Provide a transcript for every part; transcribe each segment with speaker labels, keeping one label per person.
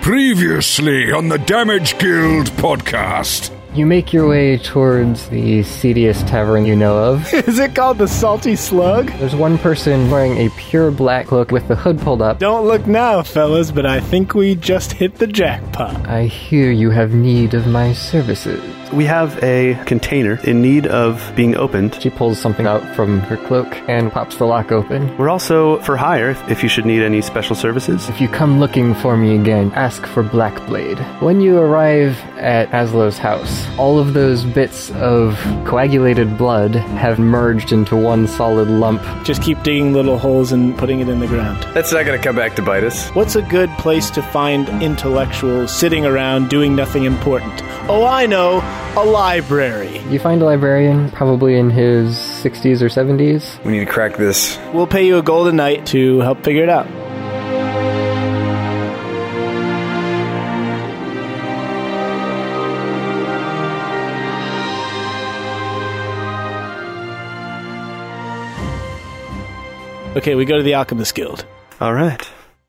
Speaker 1: Previously on the Damage Guild podcast.
Speaker 2: You make your way towards the seediest tavern you know of.
Speaker 3: Is it called the Salty Slug?
Speaker 2: There's one person wearing a pure black cloak with the hood pulled up.
Speaker 3: Don't look now, fellas, but I think we just hit the jackpot.
Speaker 2: I hear you have need of my services.
Speaker 4: We have a container in need of being opened.
Speaker 2: She pulls something out from her cloak and pops the lock open.
Speaker 4: We're also for hire if, if you should need any special services.
Speaker 2: If you come looking for me again, ask for Blackblade. When you arrive at Aslo's house, all of those bits of coagulated blood have merged into one solid lump.
Speaker 3: Just keep digging little holes and putting it in the ground.
Speaker 5: That's not going to come back to bite us.
Speaker 3: What's a good place to find intellectuals sitting around doing nothing important? Oh, I know, a library.
Speaker 2: You find a librarian, probably in his 60s or 70s.
Speaker 5: We need to crack this.
Speaker 3: We'll pay you a golden night to help figure it out. Okay, we go to the Alchemist Guild.
Speaker 4: All right.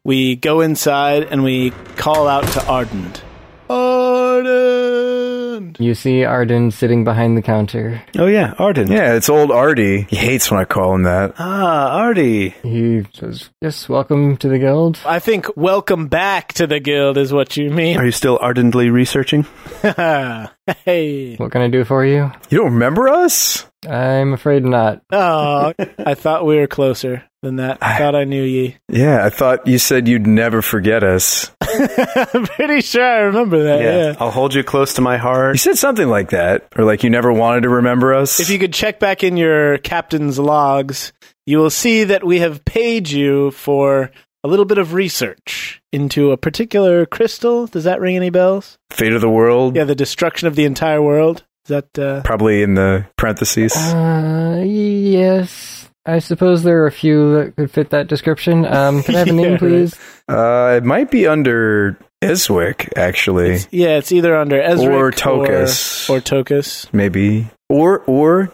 Speaker 3: We go inside and we call out to Ardent. Ardent!
Speaker 2: You see Arden sitting behind the counter.
Speaker 4: Oh, yeah, Arden.
Speaker 5: Yeah, it's old Artie. He hates when I call him that.
Speaker 4: Ah, Artie.
Speaker 2: He says, Yes, welcome to the guild.
Speaker 3: I think welcome back to the guild is what you mean.
Speaker 4: Are you still ardently researching?
Speaker 3: hey.
Speaker 2: What can I do for you?
Speaker 5: You don't remember us?
Speaker 2: I'm afraid not.
Speaker 3: Oh, I thought we were closer than that. I thought I knew ye.
Speaker 5: Yeah, I thought you said you'd never forget us.
Speaker 3: I'm pretty sure I remember that, yeah.
Speaker 4: I'll hold you close to my
Speaker 5: You
Speaker 4: heart.
Speaker 5: said something like that, or like you never wanted to remember us.
Speaker 3: If you could check back in your captain's logs, you will see that we have paid you for a little bit of research into a particular crystal. Does that ring any bells?
Speaker 5: Fate of the world,
Speaker 3: Yeah, the destruction of the entire world. Is that uh,
Speaker 5: probably in the parentheses.
Speaker 2: Uh, yes. I suppose there are a few that could fit that description. Um, can I have a
Speaker 3: Yeah,
Speaker 2: name,
Speaker 3: right.
Speaker 2: please?
Speaker 5: Uh, it might be under Eswick, actually,
Speaker 3: Yeah, it's either under Ezra
Speaker 5: Or Tokus.
Speaker 3: Or, Tokus.
Speaker 5: maybe, or or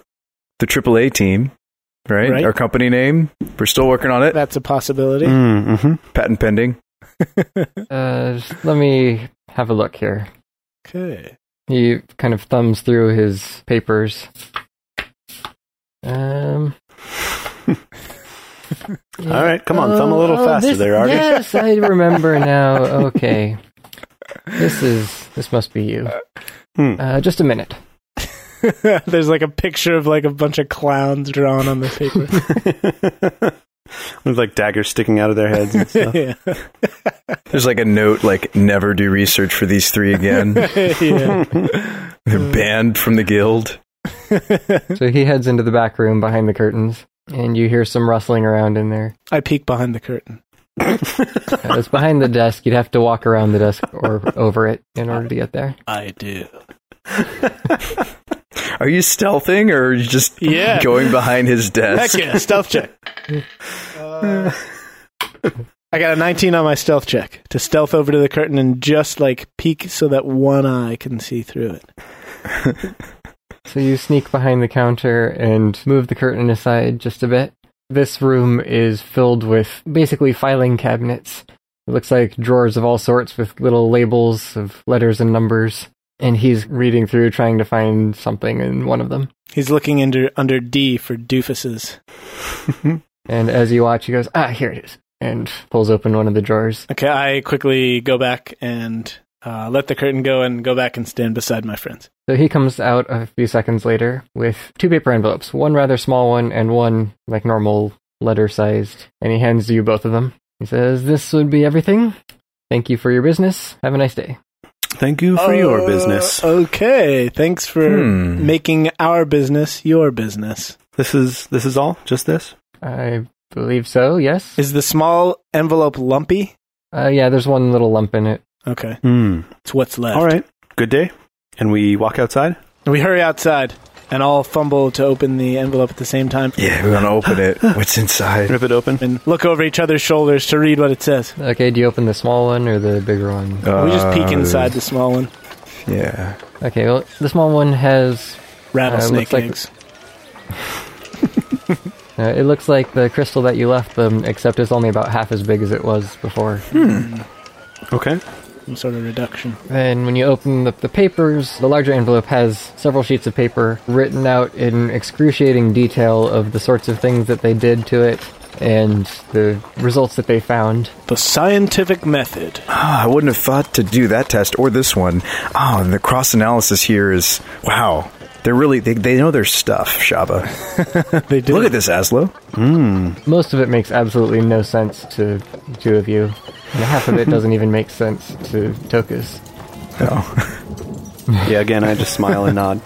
Speaker 5: the AAA team, right?
Speaker 3: Right.
Speaker 5: Our company name. We're still working on it.
Speaker 3: That's a possibility.
Speaker 4: Mm-hmm.
Speaker 5: Patent pending.
Speaker 2: Uh, just let me have a look here.
Speaker 3: Okay.
Speaker 2: He kind of thumbs through his papers. Um.
Speaker 4: All right, come on, thumb a little
Speaker 2: Oh, oh,
Speaker 4: faster
Speaker 2: this-
Speaker 4: there, Artie.
Speaker 2: Yes, I remember now. Okay, this is this must be you.
Speaker 4: Hmm.
Speaker 2: Uh, just a minute.
Speaker 3: There's like a picture of like a bunch of clowns drawn on the paper.
Speaker 4: With like daggers sticking out of their heads and stuff.
Speaker 3: yeah.
Speaker 5: There's like a note like never do research for these three again.
Speaker 3: yeah.
Speaker 5: They're banned from the guild.
Speaker 2: So he heads into the back room behind the curtains, and you hear some rustling around in there.
Speaker 3: I peek behind the curtain.
Speaker 2: Uh, it's behind the desk. You'd have to walk around the desk or over it in order to get there.
Speaker 3: I do.
Speaker 5: Are you stealthing or are you just
Speaker 3: Yeah.
Speaker 5: going behind his
Speaker 3: Heck
Speaker 5: desk?
Speaker 3: yeah, stealth check. Uh, I got a 19 on my stealth check to stealth over to the curtain and just like peek so that one eye can see through it.
Speaker 2: So you sneak behind the counter and move the curtain aside just a bit. This room is filled with basically filing cabinets. It looks like drawers of all sorts with little labels of letters and numbers. And he's reading through trying to find something in one of them.
Speaker 3: He's looking under under D for doofuses.
Speaker 2: And as you watch, he goes, Ah, here it is. And pulls open one of the drawers.
Speaker 3: Okay, I quickly go back and uh, let the curtain go and go back and stand beside my friends.
Speaker 2: So he comes out a few seconds later with two paper envelopes, one rather small one and one like normal letter sized, and he hands you both of them. He says, This would be everything. Thank you for your business. Have a nice day.
Speaker 4: Thank you for your
Speaker 3: Uh,
Speaker 4: business.
Speaker 3: Okay, thanks for
Speaker 5: Hmm.
Speaker 3: making our business your business.
Speaker 4: This is this is all? Just this?
Speaker 2: I believe so, yes.
Speaker 3: Is the small envelope lumpy?
Speaker 2: Uh, yeah, there's one little lump in it.
Speaker 3: Okay,
Speaker 4: Hmm.
Speaker 3: it's what's left.
Speaker 4: All right. Good day. And we walk outside?
Speaker 3: We hurry outside and all fumble to open the envelope at the same time
Speaker 5: Yeah, we want to open it. What's inside?
Speaker 4: Rip it open.
Speaker 3: and look over each other's shoulders to read what it says.
Speaker 2: Okay, do you open the small one or the bigger one?
Speaker 3: we just peek
Speaker 5: Uh,
Speaker 3: inside the small one.
Speaker 5: Yeah.
Speaker 2: Okay, well, the small one has. looks
Speaker 3: Rattlesnake
Speaker 2: like-
Speaker 3: eggs.
Speaker 2: Uh, it looks like the crystal that you left them, except it's only about half as big as it was before.
Speaker 4: Okay.
Speaker 3: some sort of reduction.
Speaker 2: Then, when you open up the papers, the larger envelope has several sheets of paper written out in excruciating detail of the sorts of things that they did to it and the results that they found.
Speaker 3: The scientific method.
Speaker 5: Ah, I wouldn't have thought to do that test or this one. Oh, and the cross analysis here is wow. They're really they, they know their stuff, Shaba.
Speaker 3: They did.
Speaker 5: Look at this, Aslo.
Speaker 2: Most of it makes absolutely no sense to two of you, and half of it doesn't even make sense to Tokus.
Speaker 5: Oh.
Speaker 4: Yeah, again, I just smile and nod.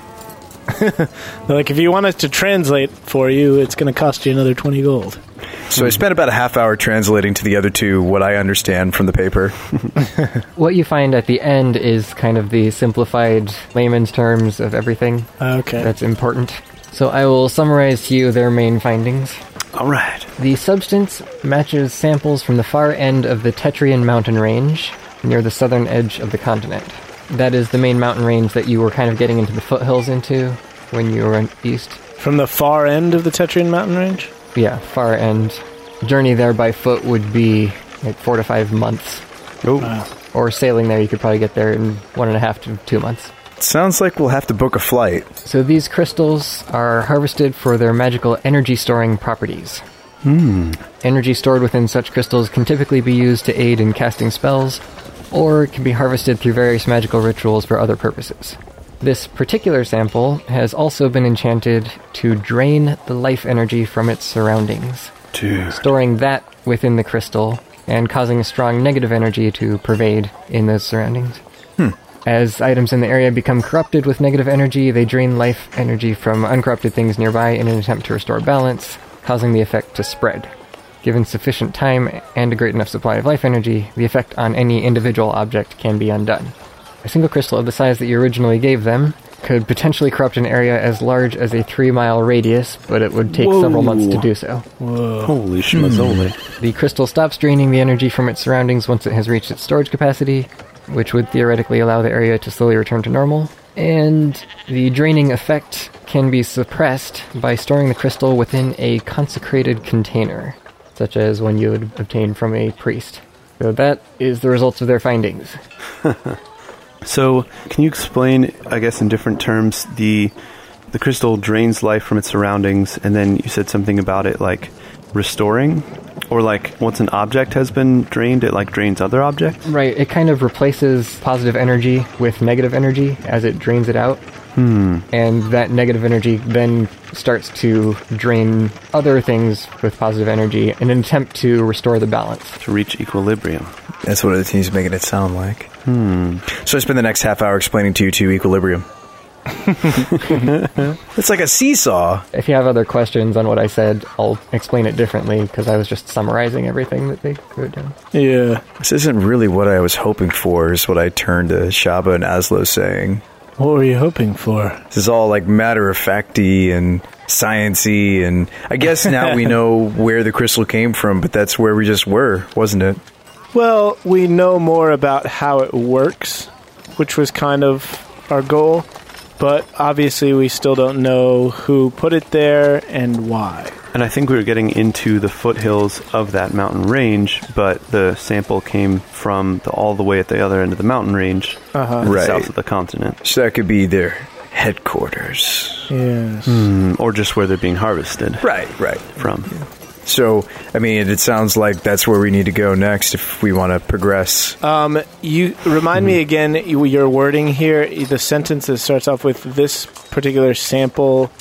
Speaker 3: Like, if you want us to translate for you, it's going to cost you another 20 gold. Hmm.
Speaker 5: So I spent about a half hour translating to the other two what I understand from the paper.
Speaker 2: What you find at the end is kind of the simplified layman's terms of everything
Speaker 3: Okay.
Speaker 2: that's important. So I will summarize to you their main findings.
Speaker 4: All right.
Speaker 2: The substance matches samples from the far end of the Tetrian mountain range, near the southern edge of the continent. That is the main mountain range that you were kind of getting into the foothills into when you were in- east.
Speaker 3: From the far end of the Tetrian mountain range?
Speaker 2: Yeah, far end. Journey there by foot would be like four to five months.
Speaker 4: Oh,
Speaker 2: Or sailing there, you could probably get there in one and a half to two months.
Speaker 5: Sounds like we'll have to book a flight.
Speaker 2: So these crystals are harvested for their magical energy storing properties. Hmm. Energy stored within such crystals can typically be used to aid in casting spells, or can be harvested through various magical rituals for other purposes. This particular sample has also been enchanted to drain the life energy from its surroundings,
Speaker 4: dude.
Speaker 2: storing that within the crystal and causing a strong negative energy to pervade in those surroundings. As items in the area become corrupted with negative energy, they drain life energy from uncorrupted things nearby in an attempt to restore balance, causing the effect to spread. Given sufficient time and a great enough supply of life energy, the effect on any individual object can be undone. A single crystal of the size that you originally gave them could potentially corrupt an area as large as a three mile radius, but it would take several months to do so.
Speaker 4: Holy schmazzole.
Speaker 2: The crystal stops draining the energy from its surroundings once it has reached its storage capacity, which would theoretically allow the area to slowly return to normal. And the draining effect can be suppressed by storing the crystal within a consecrated container, such as one you would obtain from a priest. So that is the results of their findings.
Speaker 4: So, can you explain, I guess, in different terms, the the crystal drains life from its surroundings, and then you said something about it like restoring, or like once an object has been drained, it like drains other objects.
Speaker 2: Right, it kind of replaces positive energy with negative energy as it drains it out. And that negative energy then starts to drain other things with positive energy in an attempt to restore the balance.
Speaker 4: to reach equilibrium.
Speaker 5: That's what he's making it sound like. Hmm. So I spend the next half hour explaining to you two equilibrium. it's like a seesaw.
Speaker 2: If you have other questions on what I said, I'll explain it differently because I was just summarizing everything that they wrote down.
Speaker 3: Yeah.
Speaker 5: This isn't really what I was hoping for, is what I turned to Shaba and Aslo saying.
Speaker 3: What were you hoping for?
Speaker 5: This is all like matter of facty and sciency, and I guess now we know where the crystal came from, but that's where we just were, wasn't it?
Speaker 3: Well, we know more about how it works, which was kind of our goal, but obviously we still don't know who put it there and why.
Speaker 4: And I think we were getting into the foothills of that mountain range, but the sample came from the, all the way at the other end of the mountain range,
Speaker 3: Uh-huh.
Speaker 4: to the
Speaker 5: Right.
Speaker 4: south of the continent,
Speaker 5: So that could be their headquarters.
Speaker 3: Yes.
Speaker 4: Mm, or just where they're being harvested
Speaker 5: Right, right.
Speaker 4: from.
Speaker 5: So, I mean, it sounds like that's where we need to go next if we want to progress.
Speaker 3: Um, you remind me again you, your wording here. The sentence that starts off with this particular sample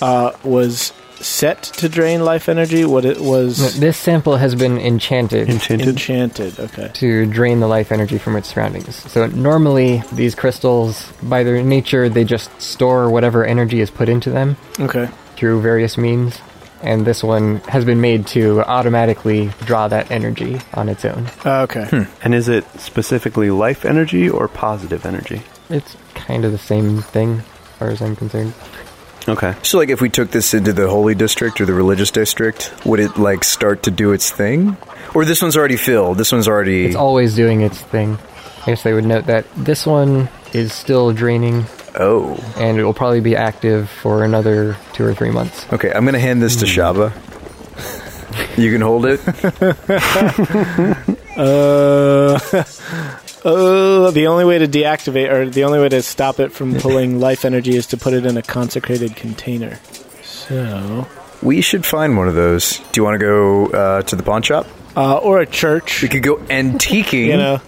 Speaker 3: uh, was set to drain life energy. What it was
Speaker 2: This sample has been enchanted
Speaker 4: Enchanted.
Speaker 3: enchanted. Okay.
Speaker 2: to drain the life energy from its surroundings. So normally, these crystals, by their nature, they just store whatever energy is put into them.
Speaker 3: Okay.
Speaker 2: through various means, and this one has been made to automatically draw that energy on its own.
Speaker 3: Uh, Okay.
Speaker 4: and is it specifically life energy or positive energy?
Speaker 2: It's kind of the same thing, as far as I'm concerned.
Speaker 4: Okay.
Speaker 5: So, like, if we took this into the holy district or the religious district, would it like start to do its thing? Or this one's already filled. This one's already.
Speaker 2: It's always doing its thing. I guess they would note that this one is still draining,
Speaker 5: oh,
Speaker 2: and it will probably be active for another two or three months.
Speaker 5: okay. I'm gonna hand this to
Speaker 3: Hmm.
Speaker 5: Shaba. You can hold it.
Speaker 3: Uh, uh, pull it, the only way to deactivate or the only way to stop it from pulling life energy is to put it in a consecrated container. So,
Speaker 5: We should find one of those. Do you want to go uh, to the pawn shop?
Speaker 3: uh, or a church,
Speaker 5: We could go antiquing.
Speaker 3: you know.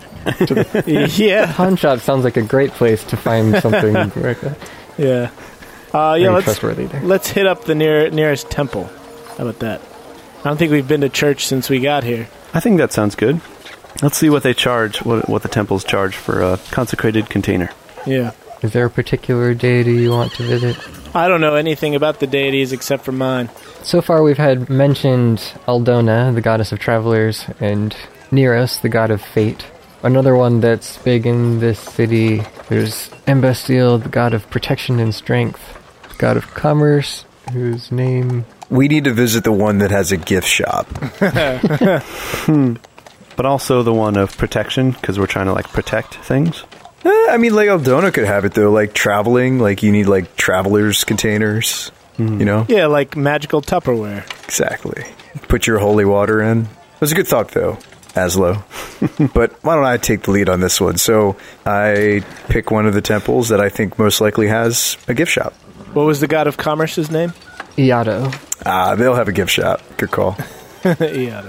Speaker 3: yeah,
Speaker 2: Pawn shop sounds like a great place to find something like that.
Speaker 3: yeah. Uh, yeah,
Speaker 2: Very
Speaker 3: let's
Speaker 2: trustworthy there.
Speaker 3: let's hit up the near nearest temple. How about that? I don't think we've been to church since we got here.
Speaker 4: I think that sounds good. Let's see what they charge, what, what the temples charge for a consecrated container.
Speaker 3: Yeah.
Speaker 2: Is there a particular deity you want to visit?
Speaker 3: I don't know anything about the deities except for mine.
Speaker 2: So far, we've had mentioned Aldona, the goddess of travelers, and Neros, the god of fate. Another one that's big in this city, there's Embastil, the god of protection and strength, the god of commerce, whose name.
Speaker 5: We need to visit the one that has a gift shop.
Speaker 4: But also the one of protection, because we're trying to like protect things.
Speaker 5: Eh, I mean, like Aldona could have it though. Like traveling, like you need like travelers containers.
Speaker 3: Hmm.
Speaker 5: You know
Speaker 3: Yeah, like magical Tupperware.
Speaker 5: exactly. Put your holy water in. It was a good thought though, Aslo. but why don't I take the lead on this one? So I pick one of the temples that I think most likely has a gift shop.
Speaker 3: What was the god of commerce's name?
Speaker 2: Iato.
Speaker 5: Ah, they'll have a gift shop. Good call.
Speaker 3: yeah.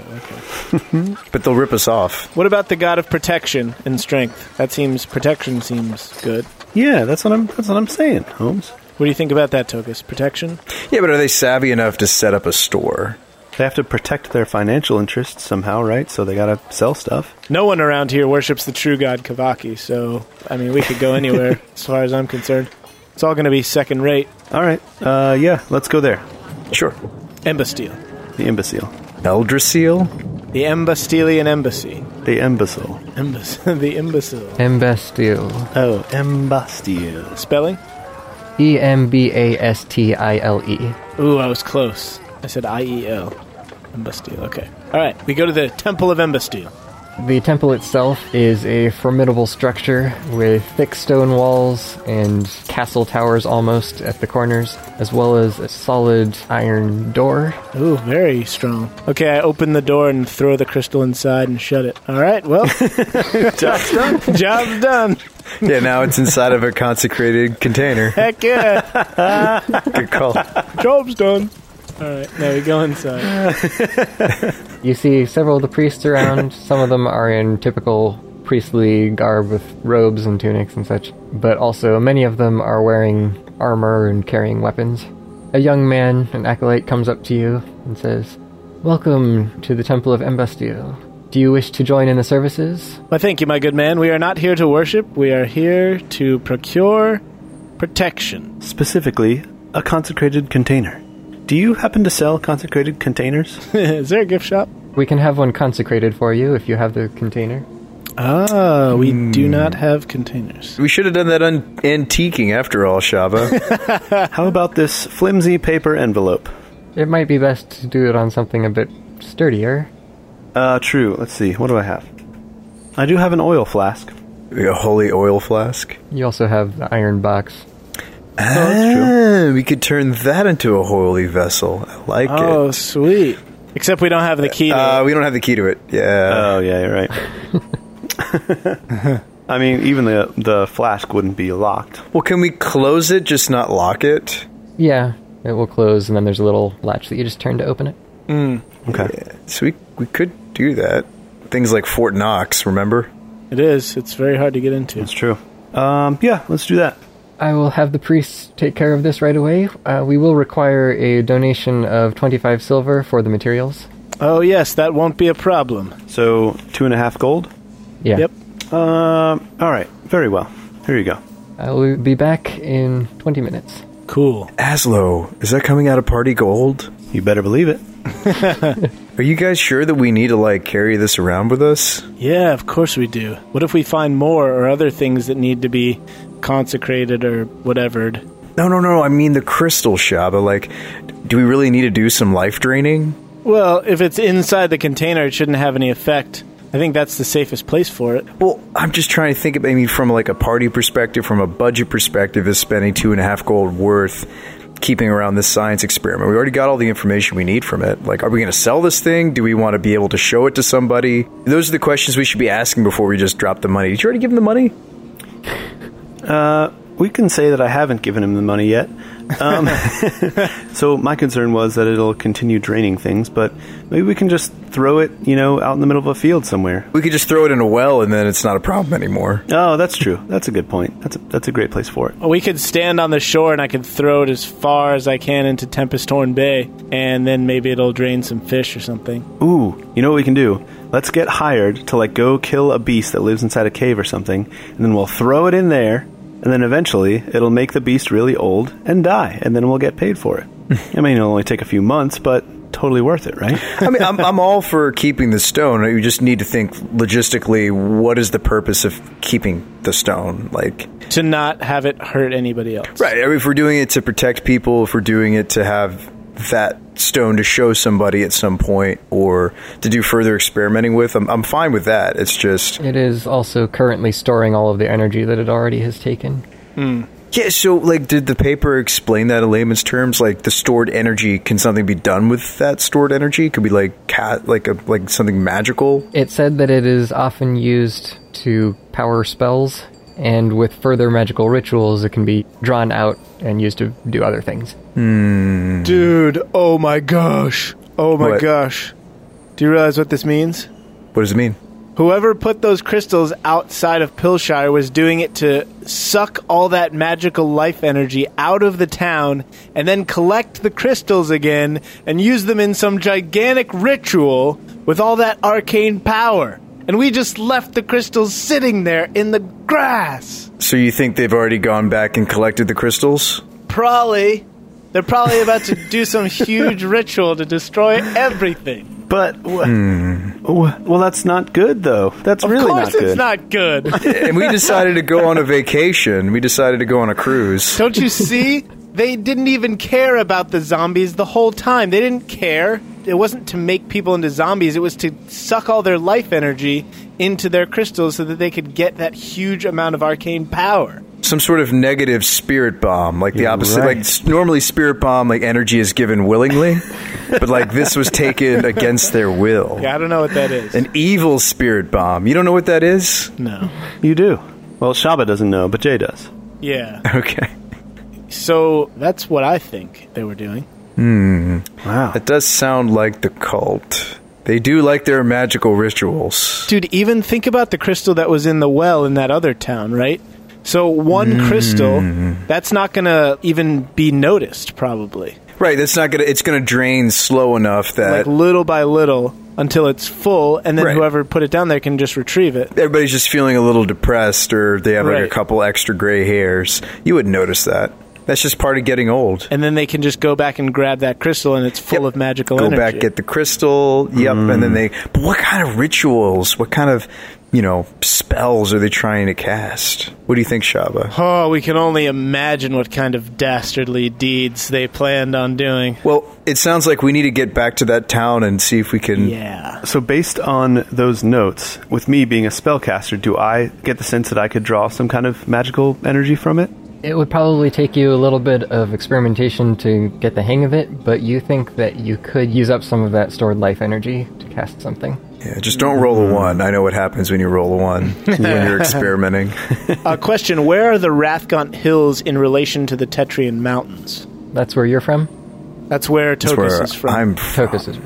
Speaker 3: Okay.
Speaker 5: But they'll rip us off.
Speaker 3: What about the god of protection and strength? That seems protection seems good.
Speaker 4: Yeah, that's what I'm. That's what I'm saying, Holmes.
Speaker 3: What do you think about that, Tokus? Protection?
Speaker 5: Yeah, but are they savvy enough to set up a store?
Speaker 4: They have to protect their financial interests somehow, right? So they gotta sell stuff.
Speaker 3: No one around here worships the true god Kavaki, so I mean we could go anywhere as far as I'm concerned. It's all going to be second rate.
Speaker 4: All right. Uh, yeah, let's go there.
Speaker 5: Sure.
Speaker 3: Embastille.
Speaker 4: The imbecile.
Speaker 5: Eldrasil?
Speaker 3: The Embastilian embassy.
Speaker 4: The imbecile.
Speaker 3: Embass- the imbecile.
Speaker 2: Embastil.
Speaker 4: Oh, imbastile.
Speaker 3: Spelling?
Speaker 2: E M B A S T I L E.
Speaker 3: Ooh, I was close. I said I E L. Embastille. Okay. All right. We go to the Temple of Embastille.
Speaker 2: The temple itself is a formidable structure with thick stone walls and castle towers almost at the corners, as well as a solid iron door.
Speaker 3: Ooh, very strong. Okay, I open the door and throw the crystal inside and shut it. All right. Well, job's done. job's done.
Speaker 5: Yeah, now it's inside of a consecrated container.
Speaker 3: Heck yeah.
Speaker 5: Good call.
Speaker 3: job's done. All right. Now we go inside.
Speaker 2: You see several of the priests around. Some of them are in typical priestly garb with robes and tunics and such, but also many of them are wearing armor and carrying weapons. A young man, an acolyte, comes up to you and says, Welcome to the Temple of Embastille. Do you wish to join in the services?
Speaker 3: Well, thank you, my good man. We are not here to worship. We are here to procure protection.
Speaker 4: Specifically, a consecrated container. Do you happen to sell consecrated containers?
Speaker 3: Is there a gift shop?
Speaker 2: We can have one consecrated for you if you have the container.
Speaker 3: Ah, we do not have containers.
Speaker 5: We should have done that on antiquing after all, Shava.
Speaker 4: How about this flimsy paper envelope?
Speaker 2: It might be best to do it on something a bit sturdier.
Speaker 4: Uh, true. Let's see. What do I have? I do have an oil flask.
Speaker 5: a holy oil flask.
Speaker 2: You also have the iron box.
Speaker 4: that's true.
Speaker 5: Ah, we could turn that into a holy vessel. I like
Speaker 3: Oh,
Speaker 5: it.
Speaker 3: sweet. Except we don't have the key. To
Speaker 5: Uh, we don't have the key to it. Yeah.
Speaker 4: Oh yeah, you're right. I mean, even the the flask wouldn't be locked.
Speaker 5: well, can we close it, just not lock it?
Speaker 2: Yeah, it will close, and then there's a little latch that you just turn to open it.
Speaker 4: Okay.
Speaker 5: So we we could do that. Things like Fort Knox, remember?
Speaker 3: it is. It's very hard to get into.
Speaker 4: That's true. Um, yeah, let's do that.
Speaker 2: I will have the priests take care of this right away. Uh, we will require a donation of 25 silver for the materials.
Speaker 3: Oh, yes, that won't be a problem.
Speaker 4: So two and a half gold.
Speaker 2: Yeah.
Speaker 3: Yep.
Speaker 4: Um, all right. Very well. Here you go.
Speaker 2: I will Uh, be back in 20 minutes.
Speaker 3: Cool.
Speaker 5: Aslo, is that coming out of Party Gold?
Speaker 4: You better believe it.
Speaker 5: Are you guys sure that we need to like carry this around with us?
Speaker 3: Yeah, of course we do. What if we find more or other things that need to be consecrated or whatevered?
Speaker 5: No, no, no. I mean the crystal, Shaba. Like, do we really need to do some life draining?
Speaker 3: Well, if it's inside the container, it shouldn't have any effect. I think that's the safest place for it.
Speaker 5: Well, I'm just trying to think of, I mean, from like a party perspective, from a budget perspective, is spending two and a half gold worth keeping around this science experiment? We already got all the information we need from it. Like, are we going to sell this thing? Do we want to be able to show it to somebody? Those are the questions we should be asking before we just drop the money. Did you already give them the money?
Speaker 4: We can say that I haven't given him the money yet. Um, so my concern was that it'll continue draining things, but maybe we can just throw it, you know, out in the middle of a field somewhere.
Speaker 5: We could just throw it in a well and then it's not a problem anymore.
Speaker 4: Oh, that's true. That's a good point. That's a, that's a great place for it.
Speaker 3: We could stand on the shore and I could throw it as far as I can into Tempest Horn Bay, and then maybe it'll drain some fish or something.
Speaker 4: Ooh, you know what we can do? Let's get hired to like go kill a beast that lives inside a cave or something, and then we'll throw it in there, and then eventually it'll make the beast really old and die, and then we'll get paid for it. I mean, it'll only take a few months, but totally worth it, right?
Speaker 5: I mean, I'm, I'm all for keeping the stone. You just need to think logistically what is the purpose of keeping the stone? Like,
Speaker 3: To not have it hurt anybody else.
Speaker 5: Right. I mean, if we're doing it to protect people, if we're doing it to have that stone to show somebody at some point or to do further experimenting with, I'm, I'm fine with that. It's just,
Speaker 2: It is also currently storing all of the energy that it already has taken.
Speaker 5: yeah, so, like, did the paper explain that in layman's terms? Like, the stored energy, can something be done with that stored energy? Could be, like, cat, like, a, like something magical?
Speaker 2: It said that it is often used to power spells, and with further magical rituals, it can be drawn out and used to do other things.
Speaker 3: Dude, oh my gosh. Oh my
Speaker 5: What?
Speaker 3: gosh. Do you realize what this means?
Speaker 5: What does it mean?
Speaker 3: Whoever put those crystals outside of Pilshire was doing it to suck all that magical life energy out of the town and then collect the crystals again and use them in some gigantic ritual with all that arcane power. And we just left the crystals sitting there in the grass.
Speaker 5: So, you think they've already gone back and collected the crystals?
Speaker 3: Probably. They're probably about to do some huge ritual to destroy everything.
Speaker 4: But wha- wha- well, that's not good though. That's
Speaker 3: of
Speaker 4: really
Speaker 3: course,
Speaker 4: not good.
Speaker 3: it's not good.
Speaker 5: and we decided to go on a vacation. We decided to go on a cruise.
Speaker 3: Don't you see? They didn't even care about the zombies the whole time. They didn't care. It wasn't to make people into zombies, it was to suck all their life energy into their crystals so that they could get that huge amount of arcane power.
Speaker 5: some sort of negative spirit bomb, like the
Speaker 4: You're
Speaker 5: opposite.
Speaker 4: right.
Speaker 5: Like s- normally, spirit bomb, like energy is given willingly, but like this was taken against their will.
Speaker 3: Yeah, I don't know what that is.
Speaker 5: An evil spirit bomb. You don't know what that is?
Speaker 3: no.
Speaker 4: You do. Well, Shaba doesn't know, but Jay does.
Speaker 3: Yeah.
Speaker 5: Okay,
Speaker 3: So that's what I think they were doing.
Speaker 4: Wow.
Speaker 5: that does sound like the cult. They do like their magical rituals.
Speaker 3: Dude, even think about the crystal that was in the well in that other town, right? So one crystal, that's not going to even be noticed, probably.
Speaker 5: Right? That's not gonna. It's gonna drain slow enough that
Speaker 3: like little by little until it's full, and then
Speaker 5: Right.
Speaker 3: whoever put it down there can just retrieve it.
Speaker 5: everybody's just feeling a little depressed, or they have like
Speaker 3: Right.
Speaker 5: a couple extra gray hairs. You would notice that. That's just part of getting old.
Speaker 3: And then they can just go back and grab that crystal, and it's full
Speaker 5: Yep.
Speaker 3: of magical
Speaker 5: go
Speaker 3: energy. Mm.
Speaker 5: back get the crystal yep and then they but what kind of rituals what kind of you know spells are they trying to cast what do you think shaba
Speaker 3: oh, we can only imagine what kind of dastardly deeds they planned on doing.
Speaker 5: well it sounds like we need to get back to that town and see if we can
Speaker 3: Yeah.
Speaker 4: So, based on those notes, with me being a spellcaster, do I get the sense that I could draw some kind of magical energy from it?
Speaker 2: It would probably take you a little bit of experimentation to get the hang of it, but you think that you could use up some of that stored life energy to cast something.
Speaker 5: Yeah, just don't roll a one i know what happens when you roll a one when you're experimenting
Speaker 3: uh, question: Where are the Rathgaunt Hills in relation to the Tetrian Mountains?
Speaker 2: That's where you're from?
Speaker 3: That's where
Speaker 5: that's
Speaker 3: Tokus
Speaker 5: where
Speaker 3: is from.
Speaker 5: i'm from.
Speaker 2: Tokus is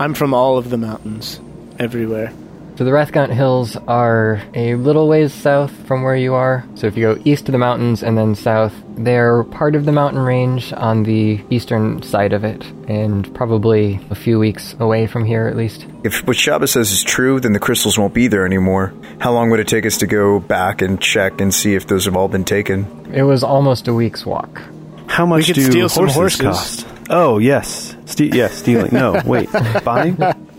Speaker 3: I'm from all of the mountains, everywhere.
Speaker 2: So the Rathgaunt Hills are a little ways south from where you are. So if you go east to the mountains and then south, they're part of the mountain range on the eastern side of it, and probably a few weeks away from here at least.
Speaker 5: if what shaba says is true then the crystals won't be there anymore how long would it take us to go back and check and see if those have all been taken
Speaker 2: It was almost a week's walk.
Speaker 4: How much
Speaker 3: could
Speaker 4: do
Speaker 3: steal some
Speaker 4: horses,
Speaker 3: horses.
Speaker 4: cost? Oh, yes. Ste- yes, stealing. No, wait. Buying?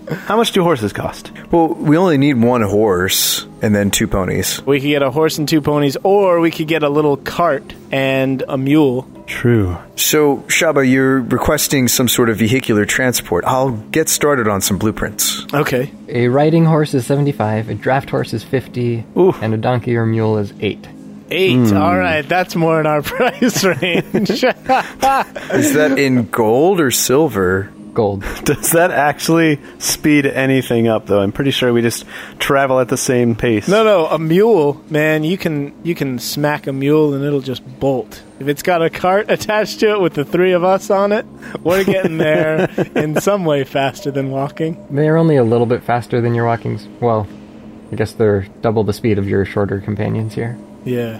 Speaker 4: How much do horses cost?
Speaker 5: well we only need one horse and then two ponies
Speaker 3: We could get a horse and two ponies, or we could get a little cart and a mule.
Speaker 4: True.
Speaker 5: So, Shaba, you're requesting some sort of vehicular transport. I'll get started on some blueprints.
Speaker 3: Okay.
Speaker 2: A riding horse is 75, a draft horse is 50,
Speaker 4: Oof.
Speaker 2: and a donkey or mule is 8.
Speaker 3: Eight. All right, that's more in our price range.
Speaker 5: Is that in gold or silver?
Speaker 2: Gold.
Speaker 4: Does that actually speed anything up, though? I'm pretty sure we just travel at the same pace.
Speaker 3: no, no, a mule, man. You can you can smack a mule and it'll just bolt. If it's got a cart attached to it with the three of us on it, we're getting there in some way faster than walking.
Speaker 2: They're only a little bit faster than your walkings. Well, I guess they're double the speed of your shorter companions here.
Speaker 3: Yeah.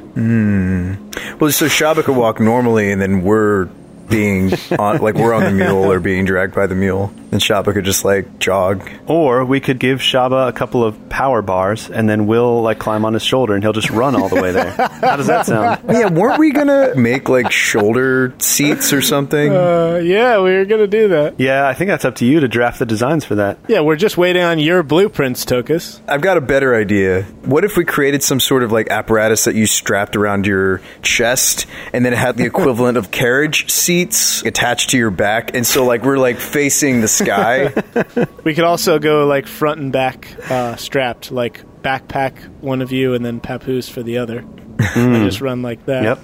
Speaker 5: Well, so Shaba could walk normally, and then we're being on, like we're on the mule or being dragged by the mule, and Shaba could just like jog.
Speaker 4: Or we could give Shaba a couple of power bars, and then we'll like climb on his shoulder, and he'll just run all the way there. How does that sound?
Speaker 5: Yeah, weren't we gonna make like shoulder seats or something?
Speaker 3: Uh, yeah, we were gonna do that.
Speaker 4: Yeah, I think that's up to you to draft the designs for that.
Speaker 3: Yeah, we're just waiting on your blueprints, Tokus.
Speaker 5: I've got a better idea. What if we created some sort of like apparatus that you strapped around your chest and then it had the equivalent of carriage seats attached to your back and so like we're like facing the sky.
Speaker 3: We could also go like front and back uh, strapped, like backpack one of you and then papoose for the other. And just run like that.
Speaker 4: Yep,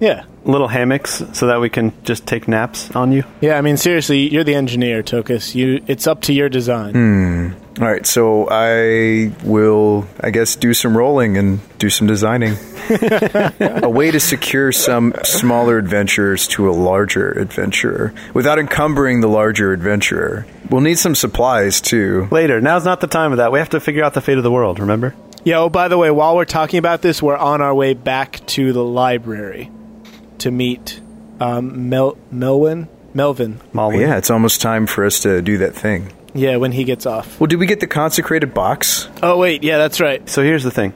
Speaker 3: Yeah.
Speaker 4: little hammocks so that we can just take naps on you.
Speaker 3: Yeah, I mean seriously, you're the engineer, Tokus. You it's up to your design.
Speaker 5: All right, so I will I guess do some rolling and do some designing. a way to secure some smaller adventurers to a larger adventurer without encumbering the larger adventurer. We'll need some supplies too.
Speaker 4: Later. Now's not the time of that. We have to figure out the fate of the world. Remember?
Speaker 3: Yeah, oh by the way, while we're talking about this, we're on our way back to the library to meet um, Mel Melvin. Melvin.
Speaker 4: Molly.
Speaker 5: Yeah, it's almost time for us to do that thing.
Speaker 3: Yeah, when he gets off.
Speaker 5: Well, did we get the consecrated box?
Speaker 3: Oh wait, yeah, that's right.
Speaker 4: So here's the thing: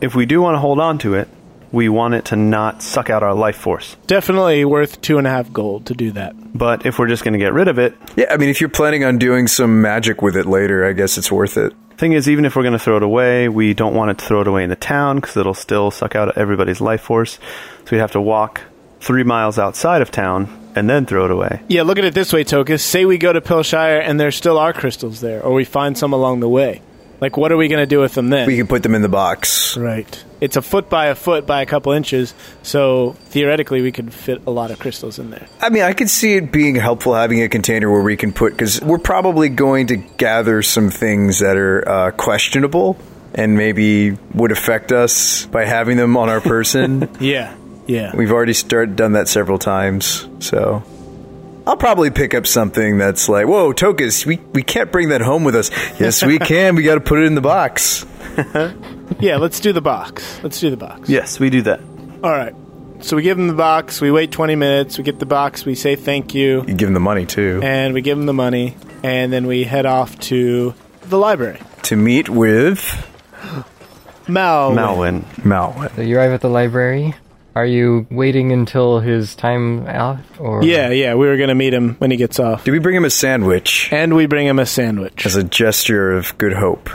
Speaker 4: if we do want to hold on to it, we want it to not suck out our life force.
Speaker 3: Definitely worth two and a half gold to do that.
Speaker 4: But if we're just going to get rid of it,
Speaker 5: Yeah, I mean, if you're planning on doing some magic with it later, I guess it's worth it.
Speaker 4: Thing is, even if we're going to throw it away, we don't want it to throw it away in the town because it'll still suck out everybody's life force. So we'd have to walk three miles outside of town and then throw it away.
Speaker 3: Yeah, look at it this way, Tokus. Say we go to Pilshire and there still are crystals there, or we find some along the way. Like, what are we going to do with them then?
Speaker 5: We can put them in the box.
Speaker 3: right. It's a foot by a foot by a couple inches, so theoretically we could fit a lot of crystals in there.
Speaker 5: I mean, I could see it being helpful having a container where we can put, because we're probably going to gather some things that are uh, questionable and maybe would affect us by having them on our person.
Speaker 3: Yeah. Yeah.
Speaker 5: We've already started done that several times, so I'll probably pick up something that's like, "Whoa, Tokus, we we can't bring that home with us." Yes, we can. We got to put it in the box.
Speaker 3: yeah, let's do the box. Let's do the box.
Speaker 4: Yes, we do that.
Speaker 3: All right. So we give him the box, we wait 20 minutes, we get the box, we say thank you,
Speaker 5: You give them the money too
Speaker 3: and we give him the money, and then we head off to the library.
Speaker 5: to meet with
Speaker 3: Mal.
Speaker 4: Malwin.
Speaker 5: Malwin.
Speaker 2: So you arrive at the library. Are you waiting until his time out, or
Speaker 3: Yeah, yeah, we were going to meet him when he gets off.
Speaker 5: Did we bring him a sandwich
Speaker 3: And we bring him a sandwich.
Speaker 5: as a gesture of good hope?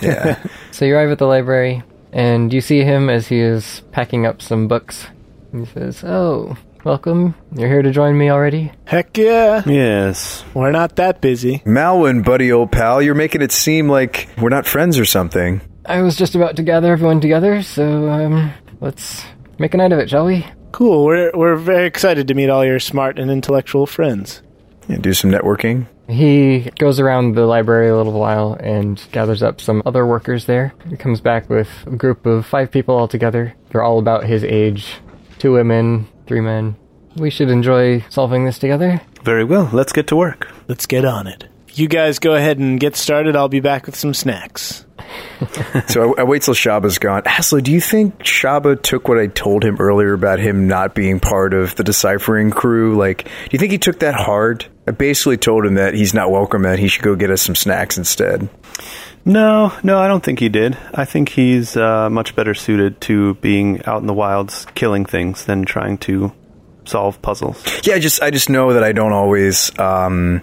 Speaker 5: Yeah.
Speaker 2: So you arrive at the library, and you see him as he is packing up some books. He says, "Oh, welcome. You're here to join me already."
Speaker 3: Heck yeah.
Speaker 4: Yes.
Speaker 3: We're not that busy.
Speaker 5: Malwin, buddy, old pal, you're making it seem like we're not friends or something.
Speaker 2: I was just about to gather everyone together, so um, let's make a night of it, shall we?
Speaker 3: Cool. We're we're very excited to meet all your smart and intellectual friends.
Speaker 5: Yeah, do some networking.
Speaker 2: He goes around the library a little while and gathers up some other workers there. He comes back with a group of five people altogether. They're all about his age two women, three men. We should enjoy solving this together.
Speaker 4: Very well. Let's get to work.
Speaker 3: Let's get on it. You guys go ahead and get started. I'll be back with some snacks.
Speaker 5: So I, I wait till Shaba's gone. Aslo, do you think Shaba took what I told him earlier about him not being part of the deciphering crew? Like, do you think he took that hard? I basically told him that he's not welcome and he should go get us some snacks instead.
Speaker 4: No, no, I don't think he did. I think he's uh, much better suited to being out in the wilds killing things than trying to solve puzzles.
Speaker 5: Yeah, I just I just know that I don't always. Um,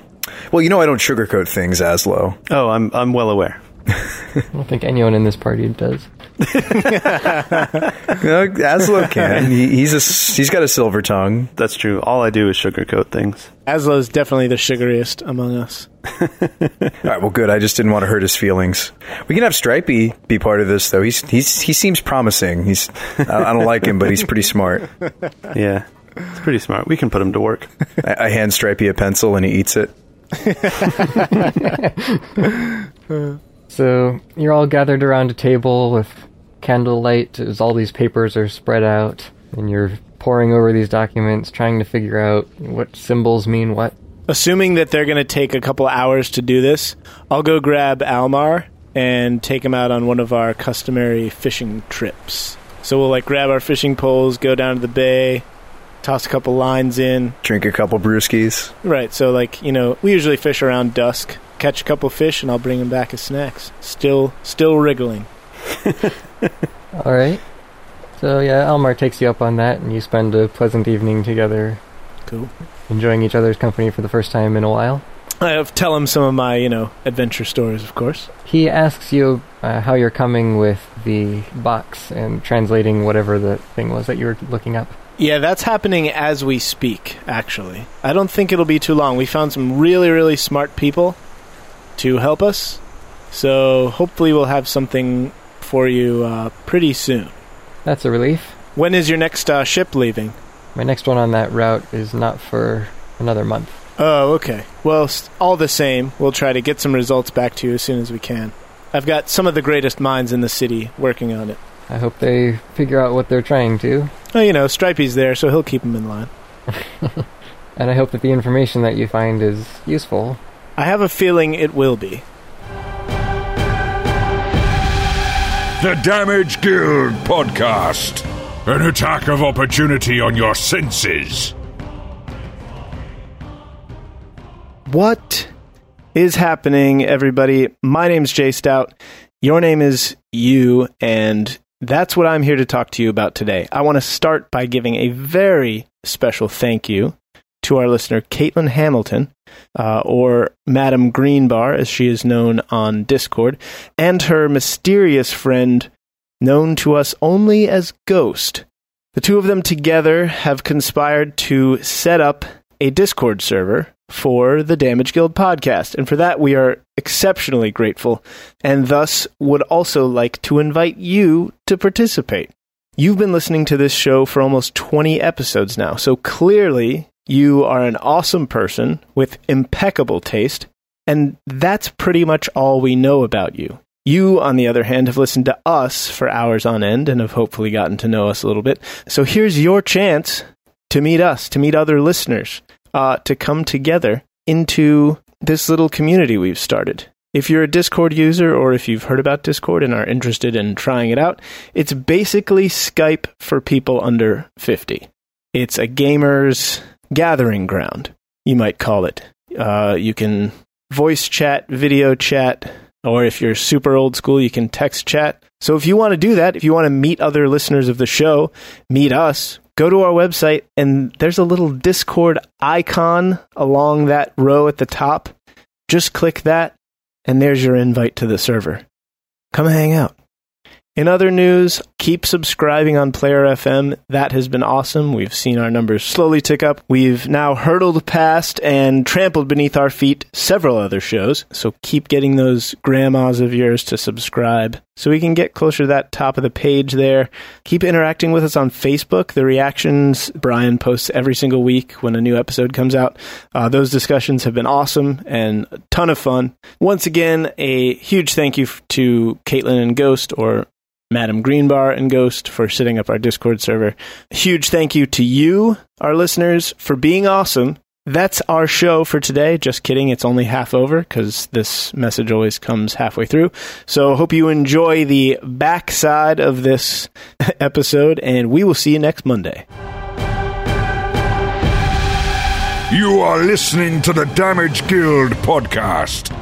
Speaker 5: well, you know I don't sugarcoat things, Aslo.
Speaker 4: Oh, I'm, I'm well aware.
Speaker 2: I don't think anyone in this party does.
Speaker 5: No, Aslo can. He, he's a s- he's got a silver tongue.
Speaker 4: That's true. All I do is sugarcoat things.
Speaker 3: Aslo's definitely the sugariest among us.
Speaker 5: All right, well, good. I just didn't want to hurt his feelings. We can have Stripey be part of this, though. He's he's he seems promising. He's I, I don't like him, but he's pretty smart.
Speaker 4: Yeah. It's pretty smart. We can put him to work.
Speaker 5: I, I hand Stripey a pencil and he eats it.
Speaker 2: So you're all gathered around a table with candlelight as all these papers are spread out, and you're poring over these documents, trying to figure out what symbols mean what.
Speaker 3: Assuming that they're going to take a couple hours to do this, I'll go grab Almar and take him out on one of our customary fishing trips. So we'll like grab our fishing poles, go down to the bay, toss a couple lines in.
Speaker 5: Drink a couple brewskis.
Speaker 3: Right, so like, you know, we usually fish around dusk, catch a couple fish and I'll bring them back as snacks. Still still wriggling.
Speaker 2: All right. So yeah, Elmar takes you up on that, and you spend a pleasant evening together,
Speaker 3: Cool.
Speaker 2: enjoying each other's company for the first time in a while.
Speaker 3: I have tell him some of my, you know, adventure stories, of course.
Speaker 2: He asks you uh, how you're coming with the box and translating whatever the thing was that you were looking up.
Speaker 3: Yeah, that's happening as we speak, actually. I don't think it'll be too long. We found some really, really smart people to help us. So hopefully we'll have something for you uh, pretty soon.
Speaker 2: That's a relief.
Speaker 3: When is your next uh, ship leaving?
Speaker 2: My next one on that route is not for another month.
Speaker 3: Oh, okay. Well, s- all the same, we'll try to get some results back to you as soon as we can. I've got some of the greatest minds in the city working on it.
Speaker 2: I hope they figure out what they're trying to,
Speaker 3: Oh, you know, Stripey's there, so he'll keep them in line.
Speaker 2: and I hope that the information that you find is useful.
Speaker 3: I have a feeling it will be.
Speaker 1: The Damage Guild Podcast. An attack of opportunity on your senses.
Speaker 3: What is happening, everybody? My name's Jay Stout. Your name is you, and that's what I'm here to talk to you about today. I want to start by giving a very special thank you to our listener, Caitlin Hamilton, uh, or Madam Greenbar, as she is known on Discord, and her mysterious friend, known to us only as Ghost. The two of them together have conspired to set up a Discord server for the Damage Guild podcast. And for that, we are exceptionally grateful and thus would also like to invite you to participate. You've been listening to this show for almost 20 episodes now, so clearly you are an awesome person with impeccable taste, and that's pretty much all we know about you. You, on the other hand, have listened to us for hours on end and have hopefully gotten to know us a little bit. So here's your chance to meet us, to meet other listeners, uh, to come together into this little community we've started. If you're a Discord user or if you've heard about Discord and are interested in trying it out, it's basically Skype for people under 50. It's a gamer's gathering ground, you might call it. Uh, you can voice chat, video chat, or if you're super old school, you can text chat. So if you want to do that, if you want to meet other listeners of the show, meet us, go to our website, and there's a little Discord icon along that row at the top. Just click that, and there's your invite to the server. Come hang out. In other news, keep subscribing on Player FM. That has been awesome. We've seen our numbers slowly tick up. We've now hurtled past and trampled beneath our feet several other shows. So keep getting those grandmas of yours to subscribe so we can get closer to that top of the page there. Keep interacting with us on Facebook. The reactions Brian posts every single week when a new episode comes out. Uh, those discussions have been awesome and a ton of fun. Once again, a huge thank you f- to Caitlin and Ghost or Madam Greenbar and Ghost for setting up our Discord server. Huge thank you to you, our listeners, for being awesome. That's our show for today. Just kidding, it's only half over because this message always comes halfway through. So, hope you enjoy the backside of this episode, and we will see you next Monday.
Speaker 1: You are listening to the Damage Guild Podcast.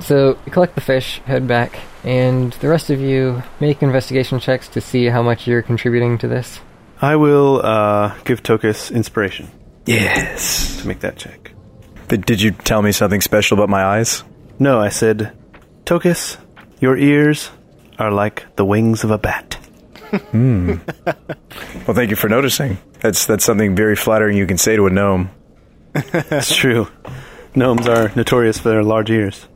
Speaker 2: So you collect the fish, head back, and the rest of you make investigation checks to see how much you're contributing to this.
Speaker 4: I will uh, give Tokus inspiration
Speaker 5: Yes.
Speaker 4: to make that check.
Speaker 5: Th- Did you tell me something special about my eyes?
Speaker 4: No, I said, Tokus, your ears are like the wings of a bat.
Speaker 5: Well, thank you for noticing. That's that's something very flattering you can say to a gnome.
Speaker 4: It's true. Gnomes are notorious for their large ears.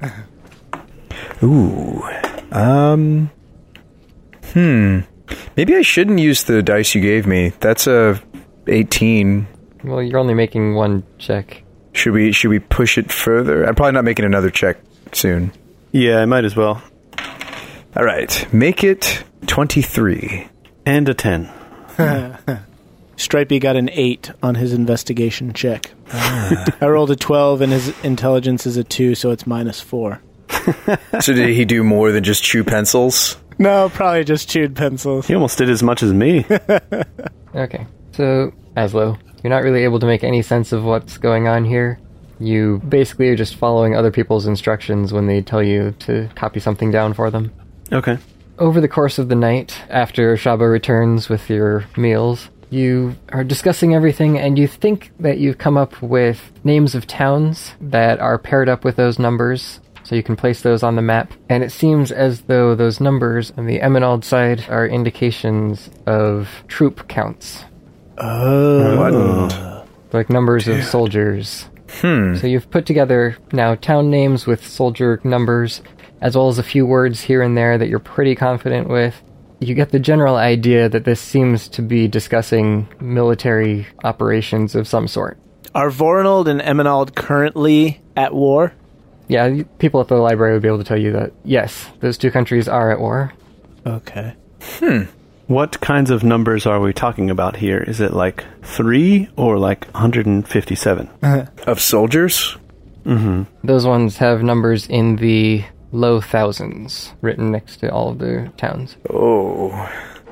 Speaker 5: Ooh. Um. Hmm. Maybe I shouldn't use the dice you gave me. That's a 18.
Speaker 2: Well, you're only making one check.
Speaker 5: Should we should we push it further? I'm probably not making another check soon.
Speaker 4: Yeah, I might as well.
Speaker 5: All right. Make it 23.
Speaker 4: And a 10.
Speaker 3: Stripey got an 8 on his investigation check. I rolled a 12, and his intelligence is a 2, so it's minus 4.
Speaker 5: so did he do more than just chew pencils?
Speaker 3: No, probably just chewed pencils.
Speaker 4: He almost did as much as me.
Speaker 2: Okay. So, Aslo, you're not really able to make any sense of what's going on here. You basically are just following other people's instructions when they tell you to copy something down for them.
Speaker 4: okay.
Speaker 2: Over the course of the night, after Shaba returns with your meals, you are discussing everything and you think that you've come up with names of towns that are paired up with those numbers. So you can place those on the map, and it seems as though those numbers on the Eminald side are indications of troop counts. like numbers of soldiers. Hmm. So you've put together now town names with soldier numbers, as well as a few words here and there that you're pretty confident with. You get the general idea that this seems to be discussing military operations of some sort.
Speaker 3: Are Vorinold and Eminald currently at war?
Speaker 2: Yeah, you- people at the library would be able to tell you that, yes, those two countries are at war.
Speaker 3: Okay.
Speaker 4: What kinds of numbers are we talking about here? Is it like 3 or like 157?
Speaker 5: Of soldiers?
Speaker 2: Those ones have numbers in the low thousands written next to all of the towns.
Speaker 5: Oh.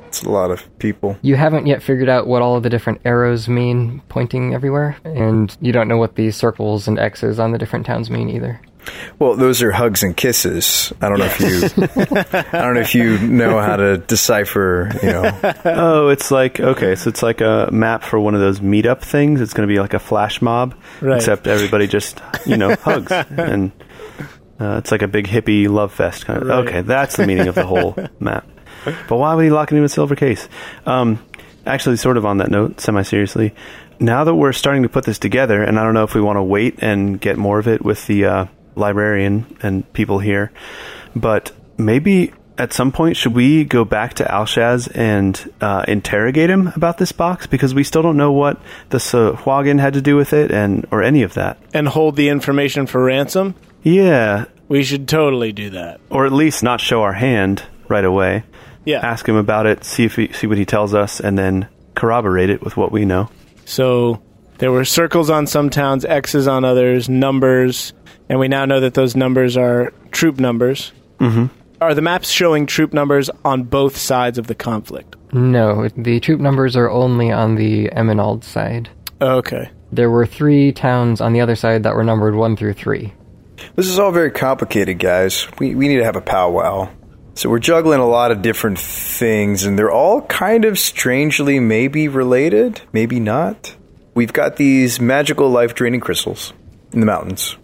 Speaker 5: That's a lot of people.
Speaker 2: You haven't yet figured out what all of the different arrows mean pointing everywhere, and you don't know what the circles and X's on the different towns mean either.
Speaker 5: Well, those are hugs and kisses. I don't know if you I don't know if you know how to decipher, you know.
Speaker 4: Oh, it's like, okay, so it's like a map for one of those meetup things. It's going to be like a flash mob,
Speaker 3: Right.
Speaker 4: except everybody just, you know, hugs. And uh, it's like a big hippie love fest kind of. Okay, that's the meaning of the whole map. But why would he lock it in a silver case? Um, actually, sort of on that note, semi seriously, now that we're starting to put this together, and I don't know if we want to wait and get more of it with the uh, librarian and people here, but maybe at some point should we go back to Alshaz and uh, interrogate him about this box because we still don't know what the Sahuagin had to do with it and or any of that.
Speaker 3: And hold the information for ransom?
Speaker 4: Yeah,
Speaker 3: We should totally do that.
Speaker 4: or at least not show our hand right away.
Speaker 3: Yeah.
Speaker 4: Ask him about it, see if he, see what he tells us, and then corroborate it with what we know.
Speaker 3: So there were circles on some towns, X's on others, numbers, and we now know that those numbers are troop numbers. Mm-hmm. Are the maps showing troop numbers on both sides of the conflict?
Speaker 2: No, the troop numbers are only on the Eminald side.
Speaker 3: Okay.
Speaker 2: There were three towns on the other side that were numbered 1 through 3.
Speaker 5: This is all very complicated, guys. We we need to have a powwow. So we're juggling a lot of different things and they're all kind of strangely maybe related, maybe not. We've got these magical life draining crystals in the mountains.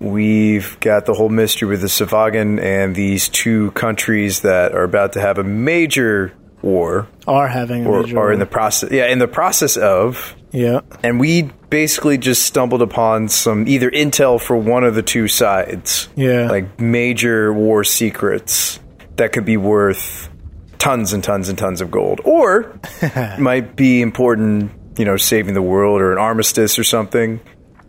Speaker 5: We've got the whole mystery with the Savagan and these two countries that are about to have a major war
Speaker 3: Are having a
Speaker 5: or
Speaker 3: major
Speaker 5: are in the
Speaker 3: war.
Speaker 5: process yeah in the process of
Speaker 3: yeah.
Speaker 5: and we basically just stumbled upon some either intel for one of the two sides
Speaker 3: Yeah.
Speaker 5: like major war secrets that could be worth tons and tons and tons of gold or might be important you know saving the world or an armistice or something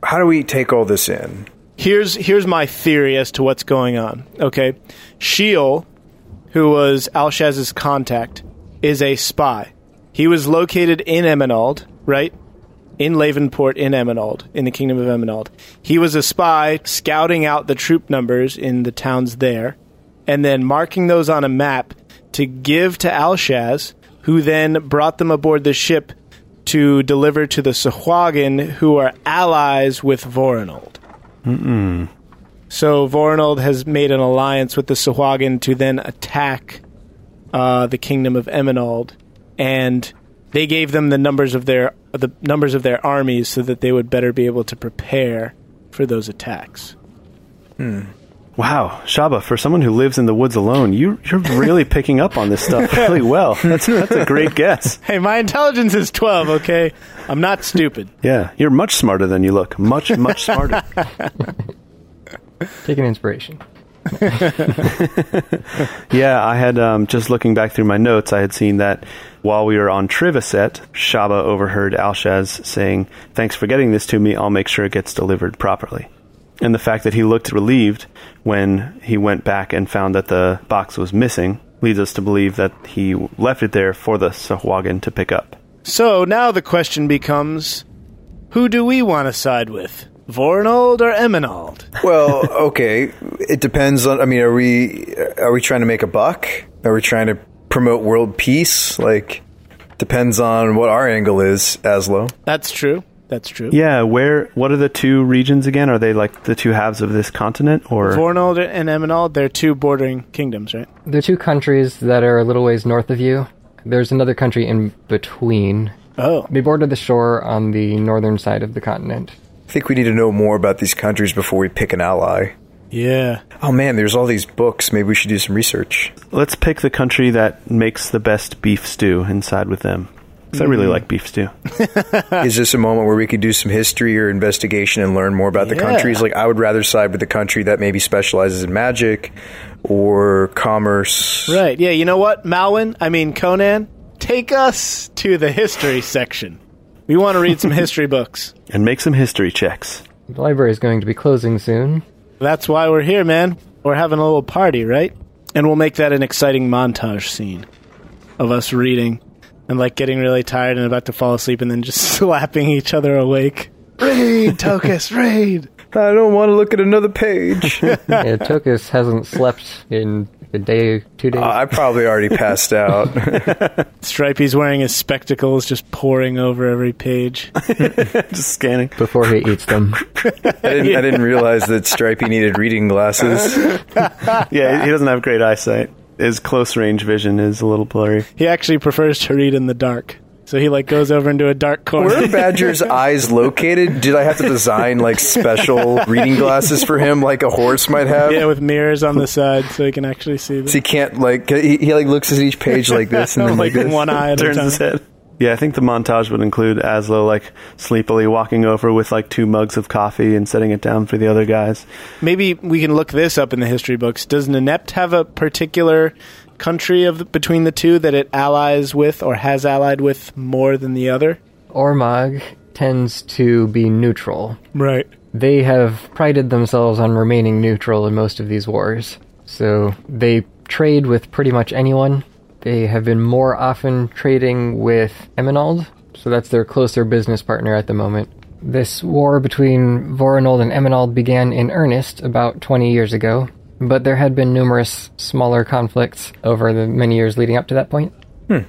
Speaker 5: how do we take all this in
Speaker 3: here's here's my theory as to what's going on. Okay, Sheol, who was Alshaz's contact, is a spy. He was located in Eminald, right? In Lavenport, in Eminald, in the Kingdom of Eminald. He was a spy scouting out the troop numbers in the towns there, and then marking those on a map to give to Alshaz, who then brought them aboard the ship to deliver to the Sahuagin, who are allies with Vorinold. So Vorinold has made an alliance with the Sahuagin to then attack uh, the kingdom of Eminald, and they gave them the numbers of their the numbers of their armies so that they would better be able to prepare. for those attacks.
Speaker 4: Wow, Shaba, for someone who lives in the woods alone, you, you're really picking up on this stuff really well. That's, that's a great guess.
Speaker 3: Hey, my intelligence is 12, okay? I'm not stupid.
Speaker 4: Yeah, you're much smarter than you look. Much, much smarter.
Speaker 2: Take an inspiration.
Speaker 4: Yeah, I had um, just looking back through my notes, I had seen that while we were on Trivaset, Shaba overheard Alshaz saying, Thanks for getting this to me. I'll make sure it gets delivered properly. And the fact that he looked relieved when he went back and found that the box was missing leads us to believe that he left it there for the Sahwagan to pick up.
Speaker 3: So now the question becomes who do we want to side with? Vornold or Eminald?
Speaker 5: Well, okay. It depends on. I mean, are we are we trying to make a buck? Are we trying to promote world peace? Like, depends on what our angle is, Aslo.
Speaker 3: That's true. That's true.
Speaker 4: Yeah, where? What are the two regions again? Are they like the two halves of this continent, or
Speaker 3: Vornold and Eminald, they're two bordering kingdoms, right?
Speaker 2: The two countries that are a little ways north of you, there's another country in between.
Speaker 3: Oh.
Speaker 2: They border the shore on the northern side of the continent.
Speaker 5: I think we need to know more about these countries before we pick an ally.
Speaker 3: Yeah.
Speaker 5: Oh man, there's all these books. Maybe we should do some research.
Speaker 4: let's pick the country that makes the best beef stew and side with them? 'Cause I really like beef stew.
Speaker 5: Is this a moment where we could do some history or investigation and learn more about the
Speaker 3: Yeah.
Speaker 5: countries? Like, I would rather side with the country that maybe specializes in magic or commerce.
Speaker 3: Right. Yeah, you know what? Malwin, I mean Conan, take us to the history section. We want to read some history books.
Speaker 4: and make some history checks.
Speaker 2: The library is going to be closing soon.
Speaker 3: That's why we're here, man. We're having a little party, right? And we'll make that an exciting montage scene of us reading and like getting really tired and about to fall asleep and then just slapping each other awake. Raid, Tokus, raid.
Speaker 5: I don't want to look at another page. uh,
Speaker 2: yeah, Tokus hasn't slept in a day, two
Speaker 3: Hmm.
Speaker 2: days.
Speaker 5: I probably already passed out.
Speaker 3: Stripey's wearing his spectacles, just pouring over every page.
Speaker 4: Just scanning.
Speaker 2: before he eats them.
Speaker 5: I didn't, I didn't realize that Stripey needed reading glasses.
Speaker 4: Yeah, he doesn't have great eyesight. His close range vision is a little blurry.
Speaker 3: He actually prefers to read in the dark. So he like goes over into a dark
Speaker 5: Where
Speaker 3: corner.
Speaker 5: are Badger's eyes located? Did I have to design like special reading glasses for him, like a horse might have?
Speaker 3: yeah, with mirrors on the side so he can actually see
Speaker 5: So
Speaker 3: them.
Speaker 5: he can't like he, he like looks at each page like this and then
Speaker 3: like
Speaker 5: like, this.
Speaker 3: one eye at a
Speaker 4: Turns
Speaker 3: time.
Speaker 4: his head. Yeah, I think the montage would include Aslo like sleepily walking over with like two mugs of coffee and setting it down for the other guys.
Speaker 3: Maybe we can look this up in the history books. Does Nenept have a particular country of the, between the two that it allies with or has allied with more than the other?
Speaker 2: Ormog tends to be neutral.
Speaker 3: Right.
Speaker 2: They have prided themselves on remaining neutral in most of these wars. So they trade with pretty much anyone. They have been more often trading with Eminald, so that's their closer business partner at the moment. This war between Vorinold and Eminald began in earnest about 20 years ago, but there had been numerous smaller conflicts over the many years leading up to that point.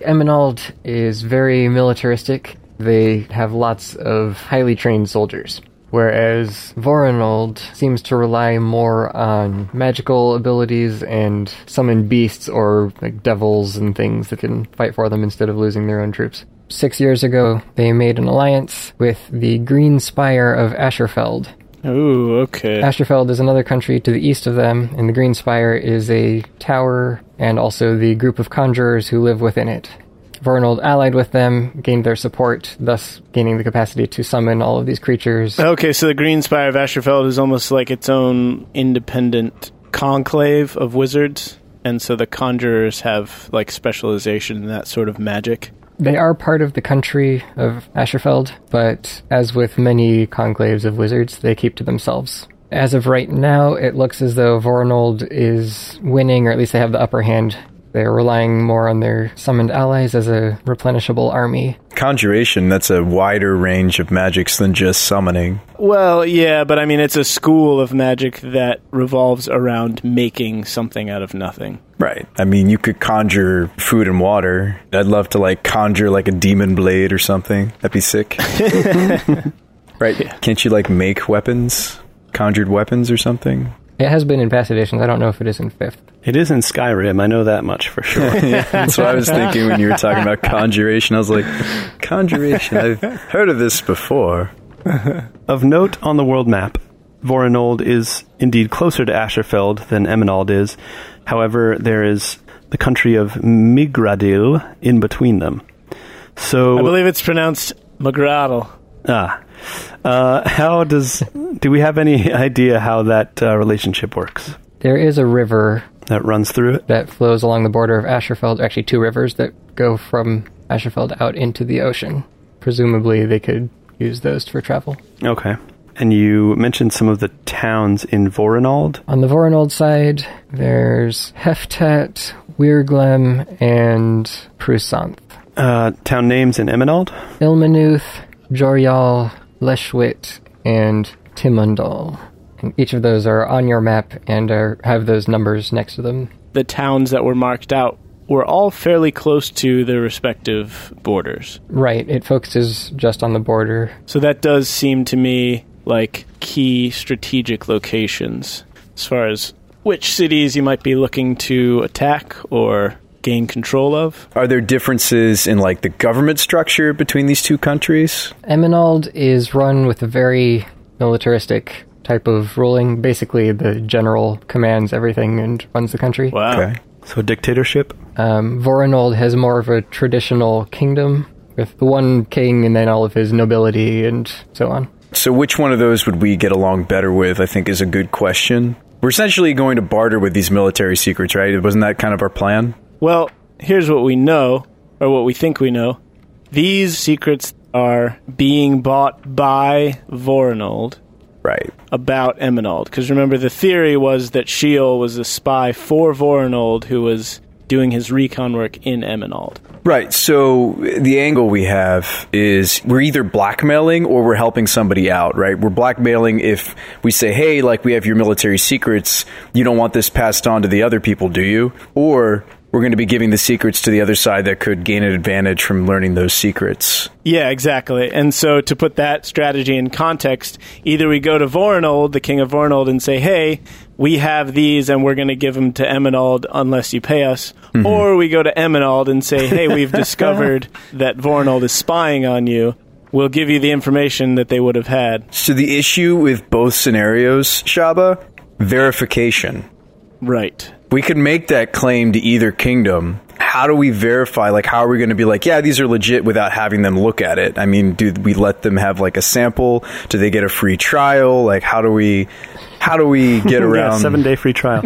Speaker 2: Eminald is very militaristic. They have lots of highly trained soldiers. Whereas Vorinold seems to rely more on magical abilities and summon beasts or like devils and things that can fight for them instead of losing their own troops. Six years ago, they made an alliance with the Green Spire of Asherfeld,
Speaker 3: Ooh, okay.
Speaker 2: Asherfeld is another country to the east of them, and the Green Spire is a tower and also the group of conjurers who live within it. Vernold allied with them, gained their support, thus gaining the capacity to summon all of these creatures.
Speaker 3: Okay, so the Green Spire of Asherfeld is almost like its own independent conclave of wizards, and so the conjurers have like specialization in that sort of magic.
Speaker 2: They are part of the country of Asherfeld, but as with many conclaves of wizards, they keep to themselves. As of right now, it looks as though Vornold is winning, or at least they have the upper hand. They're relying more on their summoned allies as a replenishable army,
Speaker 5: Conjuration. That's a wider range of magics than just summoning.
Speaker 3: Well, yeah, but I mean, it's a school of magic that revolves around making something out of nothing.
Speaker 5: Right. I mean, you could conjure food and water. I'd love to like conjure like a demon blade or something. That'd be sick. right. Can't you like make weapons? Conjured weapons or something?
Speaker 2: It has been in past editions. I don't know if it is in fifth.
Speaker 4: It is in Skyrim, I know that much for sure.
Speaker 5: That's what I was thinking when you were talking about conjuration. I was like, conjuration. I've heard of this before.
Speaker 4: of note on the world map, Voranold is indeed closer to Asherfeld than Eminald is. However, there is the country of Migradil in between them. So
Speaker 3: I believe it's pronounced McGraddle.
Speaker 4: Ah. Uh, how does do we have any idea how that uh, relationship works?
Speaker 2: There is a river
Speaker 4: That runs through it.
Speaker 2: that flows along the border of Asherfeld, actually, two rivers that go from Asherfeld out into the ocean. Presumably, they could use those for travel.
Speaker 4: Okay. And you mentioned some of the towns in Voranold.
Speaker 2: On the Voranold side, there's Heftet, Weirglem, and Prusanth.
Speaker 4: Uh, town names in Eminald.
Speaker 2: Ilmanuth, Jorial, Leshwit, and Timundal. And each of those are on your map and are, have those numbers next to them.
Speaker 3: The towns that were marked out were all fairly close to their respective borders.
Speaker 2: Right, it focuses just on the border.
Speaker 3: So that does seem to me like key strategic locations as far as which cities you might be looking to attack or gain control of.
Speaker 5: Are there differences in like the government structure between these two countries?
Speaker 2: Eminald is run with a very militaristic type of ruling. Basically, the general commands everything and runs the country.
Speaker 3: Wow.
Speaker 5: Okay.
Speaker 4: So a dictatorship.
Speaker 2: Um, Voranold has more of a traditional kingdom with the one king and then all of his nobility and so on.
Speaker 5: So, which one of those would we get along better with? I think is a good question. We're essentially going to barter with these military secrets, right? Wasn't that kind of our plan?
Speaker 3: Well, here's what we know, or what we think we know. These secrets are being bought by Voranold
Speaker 5: Right.
Speaker 3: about Eminald. Because remember, the theory was that Sheol was a spy for Voranold who was doing his recon work in Eminald.
Speaker 5: Right. So the angle we have is we're either blackmailing or we're helping somebody out, right? We're blackmailing if we say, "Hey, like we have your military secrets. You don't want this passed on to the other people, do you?" Or we're going to be giving the secrets to the other side that could gain an advantage from learning those secrets.
Speaker 3: Yeah, exactly. And so to put that strategy in context, either we go to Voranold, the king of Voranold, and say, hey, we have these and we're going to give them to Eminald unless you pay us. Or we go to Eminald and say, hey, we've discovered that Voranold is spying on you. We'll give you the information that they would have had.
Speaker 5: So the issue with both scenarios, Shaba, verification.
Speaker 3: Right.
Speaker 5: we could make that claim to either kingdom. How do we verify? Like, how are we going to be like, yeah, these are legit without having them look at it? I mean, do we let them have like a sample? Do they get a free trial? Like, how do we, how do we get around?
Speaker 4: Yeah, seven day free trial.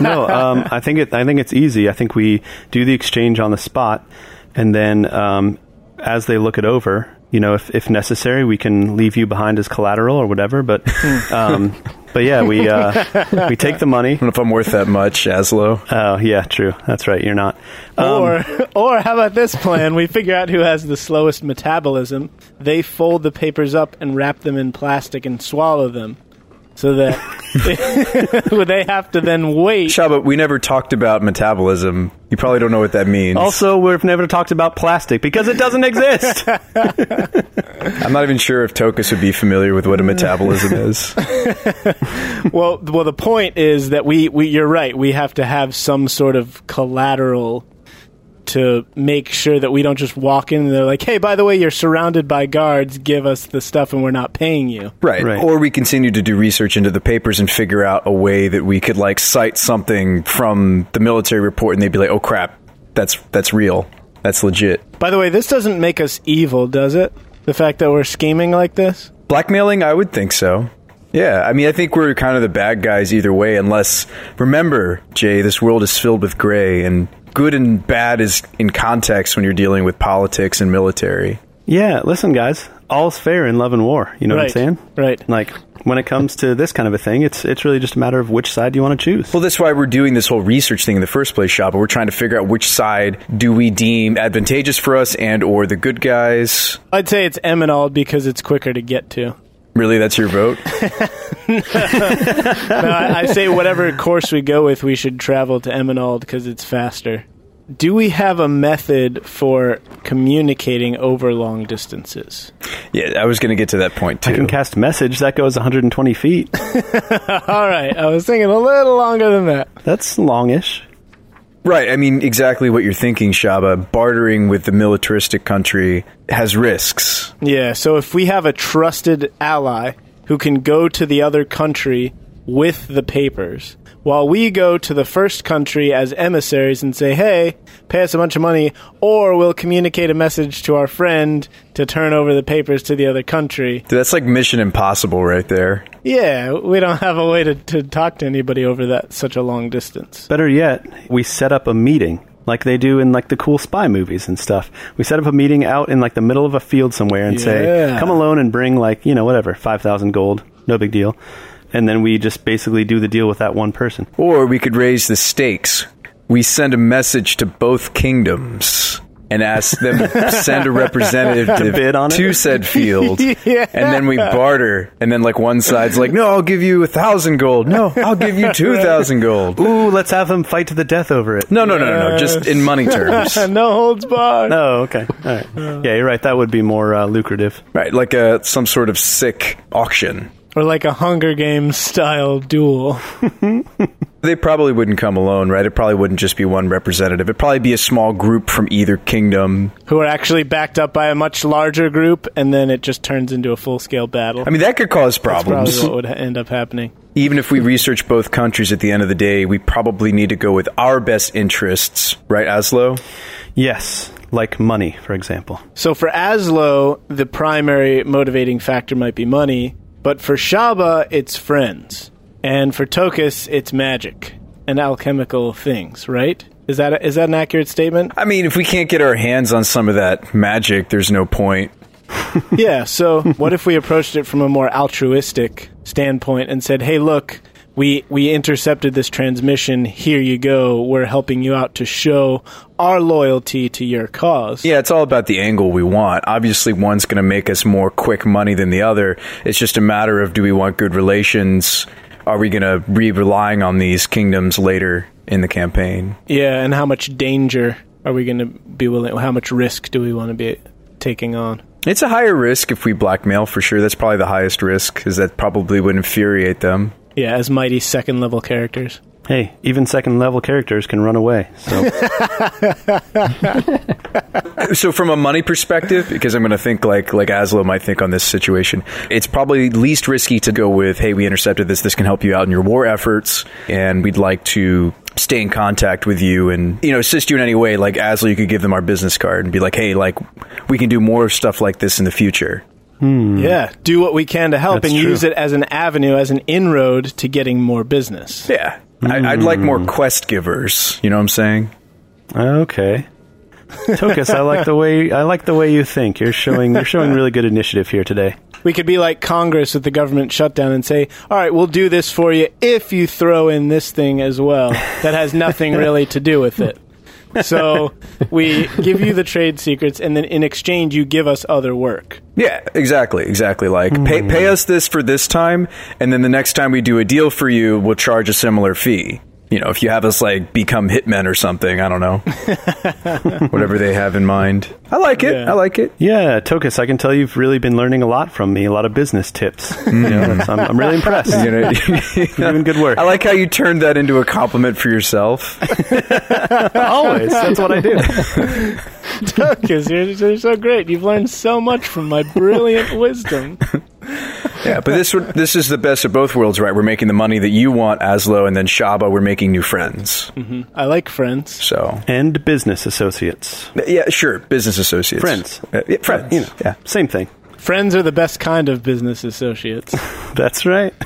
Speaker 4: no, um, I think it, I think it's easy. I think we do the exchange on the spot, and then um, as they look it over, you know, if, if necessary, we can leave you behind as collateral or whatever. But
Speaker 3: Hmm.
Speaker 4: um, but yeah, we uh, we take the money.
Speaker 5: I don't know if I'm worth that much, Aslo.
Speaker 4: Oh yeah, true. That's right. You're not. Um,
Speaker 3: or, or how about this plan? We figure out who has the slowest metabolism. They fold the papers up and wrap them in plastic and swallow them, so that would they have to then wait.
Speaker 5: Shaba, we never talked about metabolism. You probably don't know what that means.
Speaker 4: also, we've never talked about plastic because it doesn't exist.
Speaker 5: I'm not even sure if Tokus would be familiar with what a metabolism is.
Speaker 3: Well, well, the point is that we, we you're right. We have to have some sort of collateral to make sure that we don't just walk in and they're like, "Hey, by the way, you're surrounded by guards. Give us the stuff, and we're not paying you."
Speaker 5: Right.
Speaker 4: Right.
Speaker 5: Or we continue to do research into the papers and figure out a way that we could like cite something from the military report and they'd be like, "Oh crap, that's that's real. That's legit."
Speaker 3: By the way, this doesn't make us evil, does it? The fact that we're scheming like this.
Speaker 5: Blackmailing, I would think so. Yeah, I mean, I think we're kind of the bad guys either way unless remember, Jay, this world is filled with gray and good and bad is in context when you're dealing with politics and military.
Speaker 4: yeah, listen, guys. All's fair in love and war. You know
Speaker 3: right.
Speaker 4: what I'm saying?
Speaker 3: Right.
Speaker 4: Like when it comes to this kind of a thing, it's it's really just a matter of which side you want to choose.
Speaker 5: Well, that's why we're doing this whole research thing in the first place, Shop. We're trying to figure out which side do we deem advantageous for us and or the good guys.
Speaker 3: I'd say it's Eminald because it's quicker to get to.
Speaker 5: Really, that's your vote?
Speaker 3: No, I, I say whatever course we go with, we should travel to Eminald because it's faster. Do we have a method for communicating over long distances?
Speaker 5: yeah, I was going to get to that point too.
Speaker 4: I can cast message that goes 120 feet.
Speaker 3: All right, I was thinking a little longer than that.
Speaker 4: That's longish.
Speaker 5: right, I mean exactly what you're thinking, Shaba. Bartering with the militaristic country has risks.
Speaker 3: Yeah, so if we have a trusted ally who can go to the other country with the papers, while we go to the first country as emissaries and say, hey, pay us a bunch of money, or we'll communicate a message to our friend to turn over the papers to the other country.
Speaker 5: Dude, that's like Mission Impossible right there.
Speaker 3: Yeah, we don't have a way to, to talk to anybody over that such a long distance.
Speaker 4: Better yet, we set up a meeting like they do in like the cool spy movies and stuff. We set up a meeting out in like the middle of a field somewhere and say,
Speaker 3: Yeah.
Speaker 4: "Come alone and bring like, you know, whatever, 5,000 gold, no big deal." And then we just basically do the deal with that one person.
Speaker 5: Or we could raise the stakes. We send a message to both kingdoms and ask them to send a representative to,
Speaker 4: bid on it?
Speaker 5: to said field.
Speaker 3: Yeah.
Speaker 5: And then we barter. And then, like, one side's like, no, I'll give you a thousand gold. No, I'll give you two thousand gold.
Speaker 4: Ooh, let's have them fight to the death over it.
Speaker 5: No, no, no, no, no. Just in money terms.
Speaker 3: no holds barred.
Speaker 4: Oh, okay. All right. Yeah, you're right. That would be more uh, lucrative.
Speaker 5: Right. Like a, some sort of sick auction.
Speaker 3: Or like a Hunger Games style duel.
Speaker 5: They probably wouldn't come alone, right? It probably wouldn't just be one representative. It'd probably be a small group from either kingdom.
Speaker 3: who are actually backed up by a much larger group, and then it just turns into a full scale battle.
Speaker 5: I mean, that could cause
Speaker 3: That's
Speaker 5: problems.
Speaker 3: probably what would ha- end up happening.
Speaker 5: even if we research both countries at the end of the day, we probably need to go with our best interests, right, Aslo?
Speaker 4: Yes, like money, for example.
Speaker 3: So for Aslo, the primary motivating factor might be money, but for Shaba, it's friends, and for Tokus, it's magic and alchemical things. Right? Is that a, is that an accurate statement?
Speaker 5: I mean, if we can't get our hands on some of that magic, there's no point.
Speaker 3: Yeah, so what if we approached it from a more altruistic standpoint and said, "Hey, look, we we intercepted this transmission. Here you go. We're helping you out to show our loyalty to your cause."
Speaker 5: Yeah, it's all about the angle we want. Obviously, one's going to make us more quick money than the other. It's just a matter of do we want good relations? Are we going to be relying on these kingdoms later in the campaign?
Speaker 3: Yeah, and how much danger are we going to be willing how much risk do we want to be taking on?
Speaker 5: It's a higher risk if we blackmail for sure. That's probably the highest risk because that probably would infuriate them.
Speaker 3: Yeah, as mighty second level characters.
Speaker 4: Hey, even second level characters can run away. So
Speaker 5: So from a money perspective, because I'm going to think like like Aslo might think on this situation, it's probably least risky to go with, "Hey, we intercepted this. This can help you out in your war efforts, and we'd like to stay in contact with you and you know assist you in any way." Like Aslo, you could give them our business card and be like, "Hey, like we can do more stuff like this in the future."
Speaker 3: Yeah, do what we can to help
Speaker 4: Hmm. That's
Speaker 3: and
Speaker 4: true.
Speaker 3: use it as an avenue, as an inroad to getting more business.
Speaker 5: Yeah, I, I'd like more quest givers. You know what I'm saying?
Speaker 4: Okay. Tokus, I like the way I like the way you think. You're showing you're showing really good initiative here today.
Speaker 3: We could be like Congress with the government shutdown and say, all right, we'll do this for you if you throw in this thing as well. That has nothing really to do with it. So we give you the trade secrets, and then in exchange, you give us other work.
Speaker 5: Yeah, exactly, exactly. Like
Speaker 4: Mm-hmm.
Speaker 5: pay pay us this for this time, and then the next time we do a deal for you, we'll charge a similar fee. You know, if you have us like become hitmen or something, I don't know, whatever they have in mind. I like it.
Speaker 3: Yeah.
Speaker 5: I like it.
Speaker 4: Yeah, Tokus, I can tell you've really been learning a lot from me, a lot of business tips. You know, that's- I'm, I'm really impressed.
Speaker 5: You know,
Speaker 4: You're doing good work.
Speaker 5: Mm. I like how you turned that into a compliment for yourself.
Speaker 4: always. That's what I do.
Speaker 3: Because you're, you're so great. You've learned so much from my brilliant wisdom.
Speaker 5: Yeah, but this would, this is the best of both worlds, right? We're making the money that you want, Aslo, and then Shaba. We're making new friends.
Speaker 3: I like friends.
Speaker 5: So
Speaker 4: And business associates.
Speaker 5: yeah, sure, business associates,
Speaker 4: Mm-hmm. Friends.
Speaker 5: Uh, yeah, friends.
Speaker 4: You know,
Speaker 5: yeah.
Speaker 4: same thing.
Speaker 3: Friends are the best kind of business associates.
Speaker 4: That's right.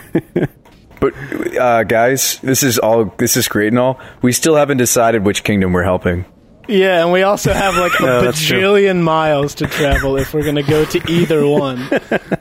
Speaker 5: But uh, guys, this is all this is great and all. We still haven't decided which kingdom we're helping.
Speaker 3: Yeah, and we also have like a
Speaker 4: No, that's true.
Speaker 3: bajillion miles to travel if we're going to go to either one.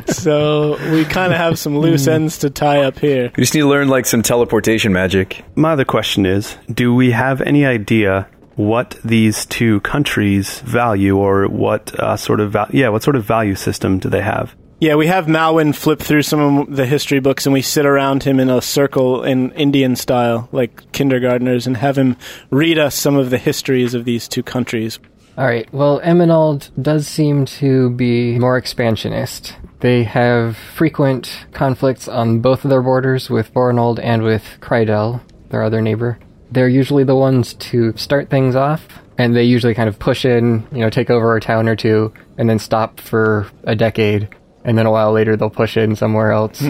Speaker 3: so we kind of have some
Speaker 4: Hmm.
Speaker 3: loose ends to tie up here.
Speaker 5: We just need to learn like some teleportation magic.
Speaker 4: My other question is Do we have any idea what these two countries value or what uh, sort of val- yeah, what sort of value system do they have?
Speaker 3: Yeah, we have Malwin flip through some of the history books and we sit around him in a circle in Indian style, like kindergartners, and have him read us some of the histories of these two countries.
Speaker 2: All right. Well, Eminald does seem to be more expansionist. They have frequent conflicts on both of their borders with Bornold and with Crydel, their other neighbor. They're usually the ones to start things off, and they usually kind of push in, you know, take over a town or two, and then stop for a decade, and then a while later they'll push in somewhere else.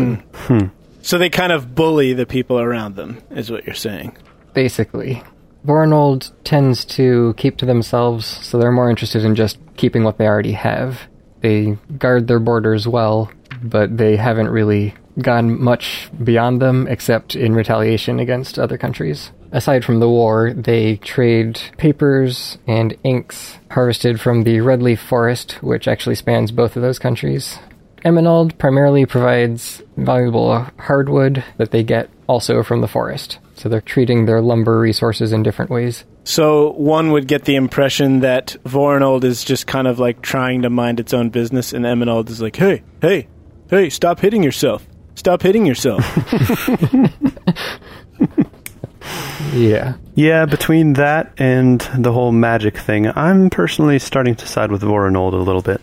Speaker 3: So they kind of bully the people around them, is what you're saying.
Speaker 2: Basically, Bornold tends to keep to themselves, so they're more interested in just keeping what they already have. They guard their borders well, but they haven't really gone much beyond them except in retaliation against other countries. Aside from the war, they trade papers and inks harvested from the Red Leaf Forest, which actually spans both of those countries. Eminald primarily provides valuable hardwood that they get also from the forest. So they're treating their lumber resources in different ways.
Speaker 3: So one would get the impression that Vornold is just kind of like trying to mind its own business, and Eminold is like, hey, hey, hey, stop hitting yourself. Stop hitting yourself.
Speaker 2: Yeah.
Speaker 4: Yeah, between that and the whole magic thing, I'm personally starting to side with Voranold a little bit.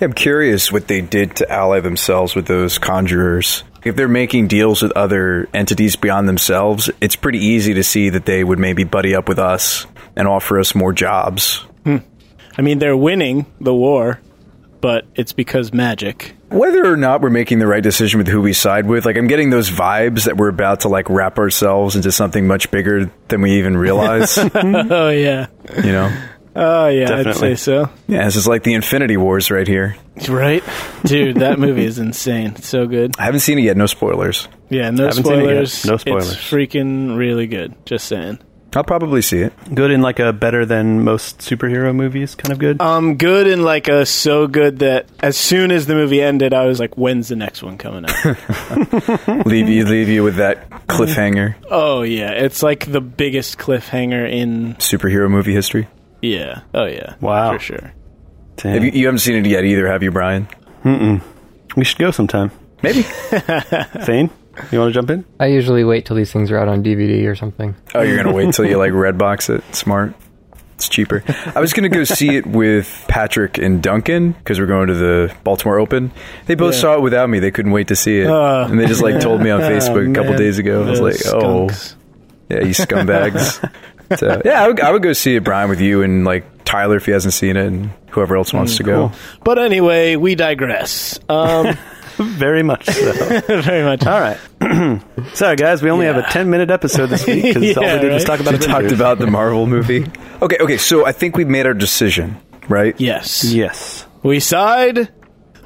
Speaker 5: I'm curious what they did to ally themselves with those conjurers. If they're making deals with other entities beyond themselves, it's pretty easy to see that they would maybe buddy up with us and offer us more jobs.
Speaker 3: I mean, they're winning the war, but it's because magic.
Speaker 5: Whether or not we're making the right decision with who we side with, like I'm getting those vibes that we're about to like wrap ourselves into something much bigger than we even realize, you
Speaker 3: Oh, yeah.
Speaker 5: know?
Speaker 3: Oh, yeah,
Speaker 4: Definitely.
Speaker 3: I'd say so.
Speaker 5: Yeah, this is like the Infinity Wars right here.
Speaker 3: Right? Dude, that movie is insane. It's so good.
Speaker 5: I haven't seen it yet, no spoilers.
Speaker 3: Yeah, no
Speaker 4: Haven't seen it yet.
Speaker 3: spoilers.
Speaker 4: No spoilers.
Speaker 3: It's freaking really good. Just saying.
Speaker 5: I'll probably see it.
Speaker 4: Good in like a better than most superhero movies kind of good.
Speaker 3: Um, good and like a so good that as soon as the movie ended, I was like, "When's the next one coming out?"
Speaker 5: leave you leave you with that cliffhanger
Speaker 3: oh yeah, it's like the biggest cliffhanger in
Speaker 5: superhero movie history.
Speaker 3: yeah. Oh yeah,
Speaker 4: Wow.
Speaker 3: for sure.
Speaker 4: Damn.
Speaker 5: Have you, you haven't seen it yet either, have you, Brian?
Speaker 4: we should go sometime.
Speaker 5: Maybe.
Speaker 4: Thane, you want to jump in?
Speaker 2: I usually wait till these things are out on DVD or something.
Speaker 5: Oh, you're gonna wait till you like red box it. Smart. It's cheaper. I was gonna go see it with Patrick and Duncan because we're going to the Baltimore Open. They both saw it without me. They couldn't wait to see it,
Speaker 3: Oh.
Speaker 5: and they just like told me on Facebook a couple
Speaker 3: Man,
Speaker 5: days ago. I was like,
Speaker 3: those
Speaker 5: "Oh,
Speaker 3: skunks.
Speaker 5: yeah, you scumbags." so yeah, I would, I would go see it, Brian, with you and like Tyler if he hasn't seen it, and whoever else wants
Speaker 4: Mm,
Speaker 5: to go.
Speaker 3: But anyway, we digress. Um,
Speaker 4: Very much so.
Speaker 3: very much.
Speaker 4: all right. Sorry, guys, we only have a 10 minute episode this week because all we
Speaker 3: Yeah,
Speaker 4: did was
Speaker 3: right?
Speaker 4: talk about
Speaker 5: We
Speaker 4: it.
Speaker 5: talked about the Marvel movie. Okay, okay. So I think we made our decision, right?
Speaker 3: Yes,
Speaker 4: Yes.
Speaker 3: we side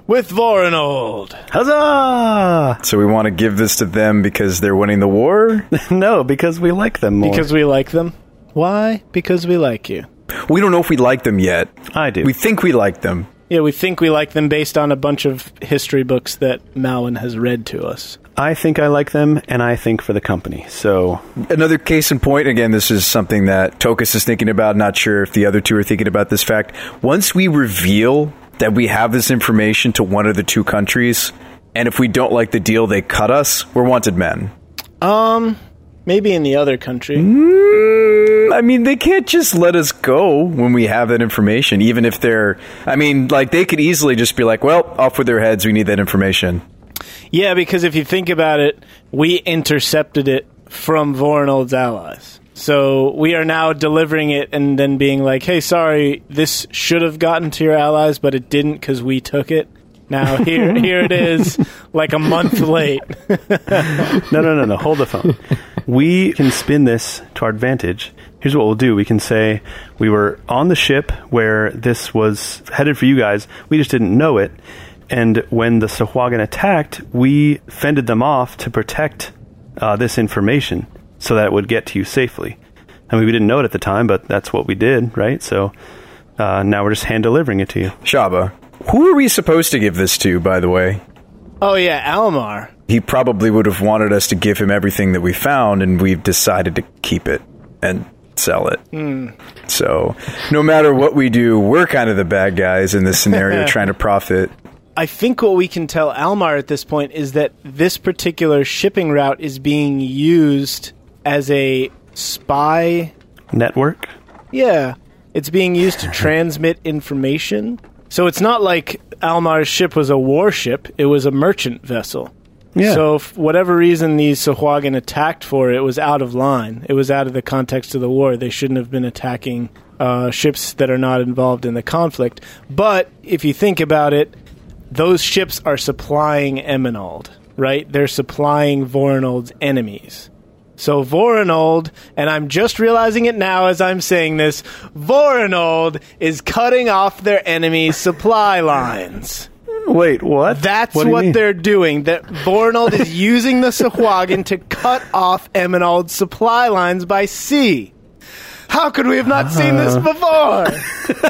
Speaker 3: with Vorinold.
Speaker 4: Huzzah!
Speaker 5: So we want to give this to them because they're winning the war.
Speaker 4: No, because we like them more.
Speaker 3: Because we like them. Why? Because we like you.
Speaker 5: we don't know if we like them yet.
Speaker 4: I do.
Speaker 5: We think we like them.
Speaker 3: Yeah, we think we like them based on a bunch of history books that Malin has read to us.
Speaker 4: I think I like them, and I think for the company. So
Speaker 5: Another case in point. Again, this is something that Tokus is thinking about. Not sure if the other two are thinking about this fact. Once we reveal that we have this information to one of the two countries, and if we don't like the deal, they cut us. We're wanted men.
Speaker 3: Maybe in the other country.
Speaker 5: I mean, they can't just let us go when we have that information, even if they're. I mean, like, they could easily just be like, well, off with their heads. We need that information.
Speaker 3: Yeah, because if you think about it, we intercepted it from Vornold's allies. So we are now delivering it and then being like, hey, sorry, this should have gotten to your allies, but it didn't because we took it. Now here, here it is, like a month late.
Speaker 4: no, no, no, no. Hold the phone. We can spin this to our advantage. Here's what we'll do. We can say we were on the ship where this was headed for you guys. We just didn't know it. And when the Sahuagin attacked, we fended them off to protect uh, this information so that it would get to you safely. I mean, we didn't know it at the time, but that's what we did, right? So uh, now we're just hand delivering it to you.
Speaker 5: Shaba, who are we supposed to give this to, by the way?
Speaker 3: Oh, yeah, Almar.
Speaker 5: He probably would have wanted us to give him everything that we found, and we've decided to keep it and sell it. So, no matter what we do, we're kind of the bad guys in this scenario trying to profit.
Speaker 3: I think what we can tell Almar at this point is that this particular shipping route is being used as a spy.
Speaker 4: Network?
Speaker 3: Yeah, it's being used to transmit information. So it's not like Almar's ship was a warship, it was a merchant vessel.
Speaker 4: Yeah.
Speaker 3: So, for whatever reason these Sahuagin attacked for, it was out of line. It was out of the context of the war. They shouldn't have been attacking uh, ships that are not involved in the conflict. But if you think about it, those ships are supplying Eminald, right? They're supplying Vorinold's enemies. So Vorinold, and I'm just realizing it now as I'm saying this, Vorinold is cutting off their enemies' supply lines.
Speaker 4: Wait, what?
Speaker 3: That's
Speaker 4: do
Speaker 3: what,
Speaker 4: you mean?
Speaker 3: they're doing. That Vornold is using the Sahuagin to cut off Eminald's supply lines by sea. How could we have not seen this
Speaker 4: Uh.
Speaker 3: before?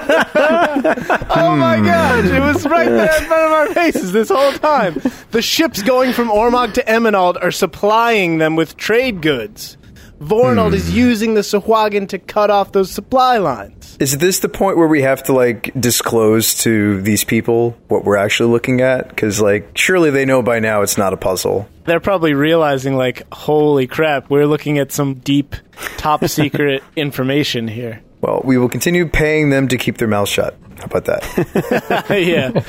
Speaker 3: oh my
Speaker 4: Hmm.
Speaker 3: gosh, it was right there in front of our faces this whole time. The ships going from Ormog to Eminald are supplying them with trade goods. Vornold
Speaker 4: Hmm.
Speaker 3: is using the Sahuagin to cut off those supply lines.
Speaker 5: Is this the point where we have to like disclose to these people what we're actually looking at? Because like surely they know by now it's not a puzzle.
Speaker 3: they're probably realizing like holy crap we're looking at some deep top secret information here
Speaker 5: Well, we will continue paying them to keep their mouths shut. How about that?
Speaker 3: yeah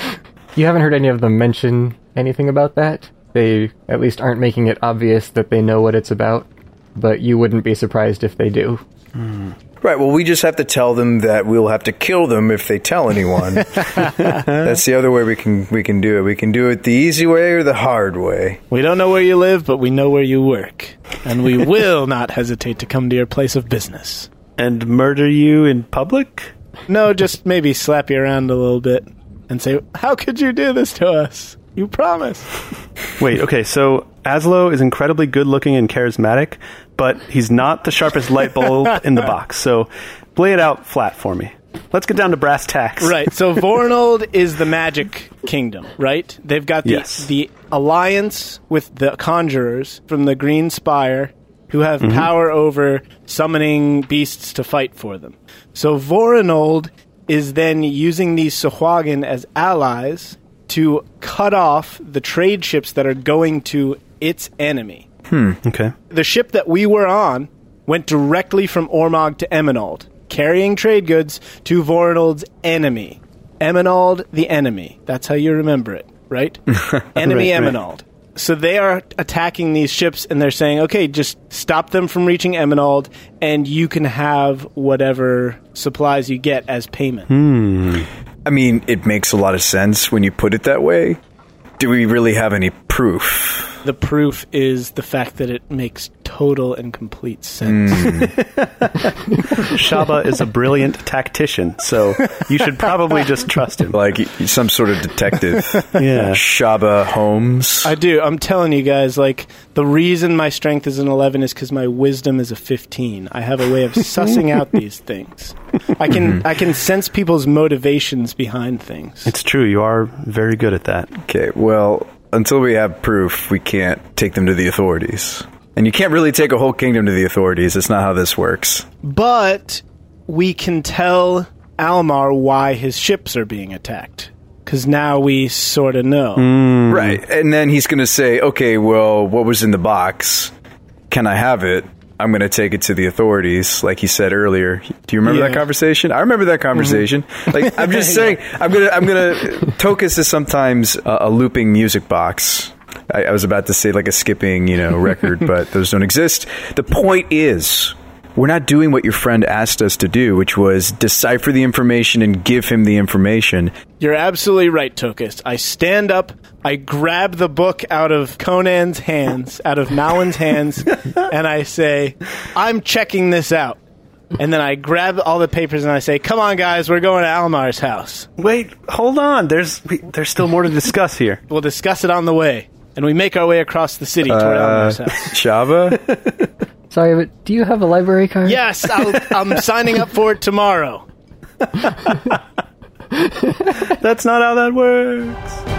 Speaker 2: You haven't heard any of them mention anything about that. They at least aren't making it obvious that they know what it's about, but you wouldn't be surprised if they do.
Speaker 5: right. Well, we just have to tell them that we'll have to kill them if they tell anyone. That's the other way we can we can do it. We can do it the easy way or the hard way.
Speaker 3: we don't know where you live but we know where you work and we will not hesitate to come to your place of business
Speaker 4: and murder you in public?
Speaker 3: no just maybe slap you around a little bit and say how could you do this to us you promised
Speaker 4: Wait, okay, so Aslo is incredibly good looking and charismatic, but he's not the sharpest light bulb in the box. So lay it out flat for me. Let's get down to brass tacks.
Speaker 3: right so vornold is the magic kingdom right they've got the,
Speaker 4: Yes.
Speaker 3: the alliance with the conjurers from the green spire who have power over summoning beasts to fight for them so vornold is then using these sahuagin as allies to cut off the trade ships that are going to its enemy
Speaker 4: Okay.
Speaker 3: the ship that we were on went directly from Ormog to Eminald, carrying trade goods to Vorinald's enemy. Eminald, the enemy. That's how you remember it, right? enemy
Speaker 4: Right, right.
Speaker 3: Eminald. So they are attacking these ships and they're saying, okay, just stop them from reaching Eminald and you can have whatever supplies you get as payment.
Speaker 5: I mean, it makes a lot of sense when you put it that way. Do we really have any proof?
Speaker 3: The proof is the fact that it makes total and complete sense.
Speaker 4: Shaba is a brilliant tactician, so you should probably just trust him.
Speaker 5: Like y- some sort of detective,
Speaker 4: Yeah.
Speaker 5: Shaba Holmes.
Speaker 3: I do. I'm telling you guys, like, the reason my strength is an 11 is because my wisdom is a 15. I have a way of sussing out these things. I can, I can sense people's motivations behind things.
Speaker 4: It's true, you are very good at that.
Speaker 5: Okay, well, until we have proof, we can't take them to the authorities. And you can't really take a whole kingdom to the authorities. It's not how this works.
Speaker 3: But we can tell Almar why his ships are being attacked. Because now we sort of know.
Speaker 5: Right. And then he's going to say, okay, well, what was in the box? Can I have it? I'm going to take it to the authorities, like he said earlier. Do you remember that
Speaker 3: Yeah.
Speaker 5: conversation? I remember that conversation. Like I'm just saying, I'm gonna, I'm gonna. Tokus is sometimes a, a looping music box. I, I was about to say like a skipping, you know, record, but those don't exist. The point is, we're not doing what your friend asked us to do, which was decipher the information and give him the information.
Speaker 3: You're absolutely right, Tokus. I stand up, I grab the book out of Conan's hands, out of Malin's hands, and I say, I'm checking this out. And then I grab all the papers and I say, Come on, guys, we're going to Almar's house.
Speaker 4: Wait, hold on. There's we, there's still more to discuss here.
Speaker 3: We'll discuss it on the way. And we make our way across the city toward Almar's house.
Speaker 5: Shava.
Speaker 2: Sorry, but do you have a library card?
Speaker 3: Yes, I'll, I'm signing up for it tomorrow.
Speaker 4: That's not how that works.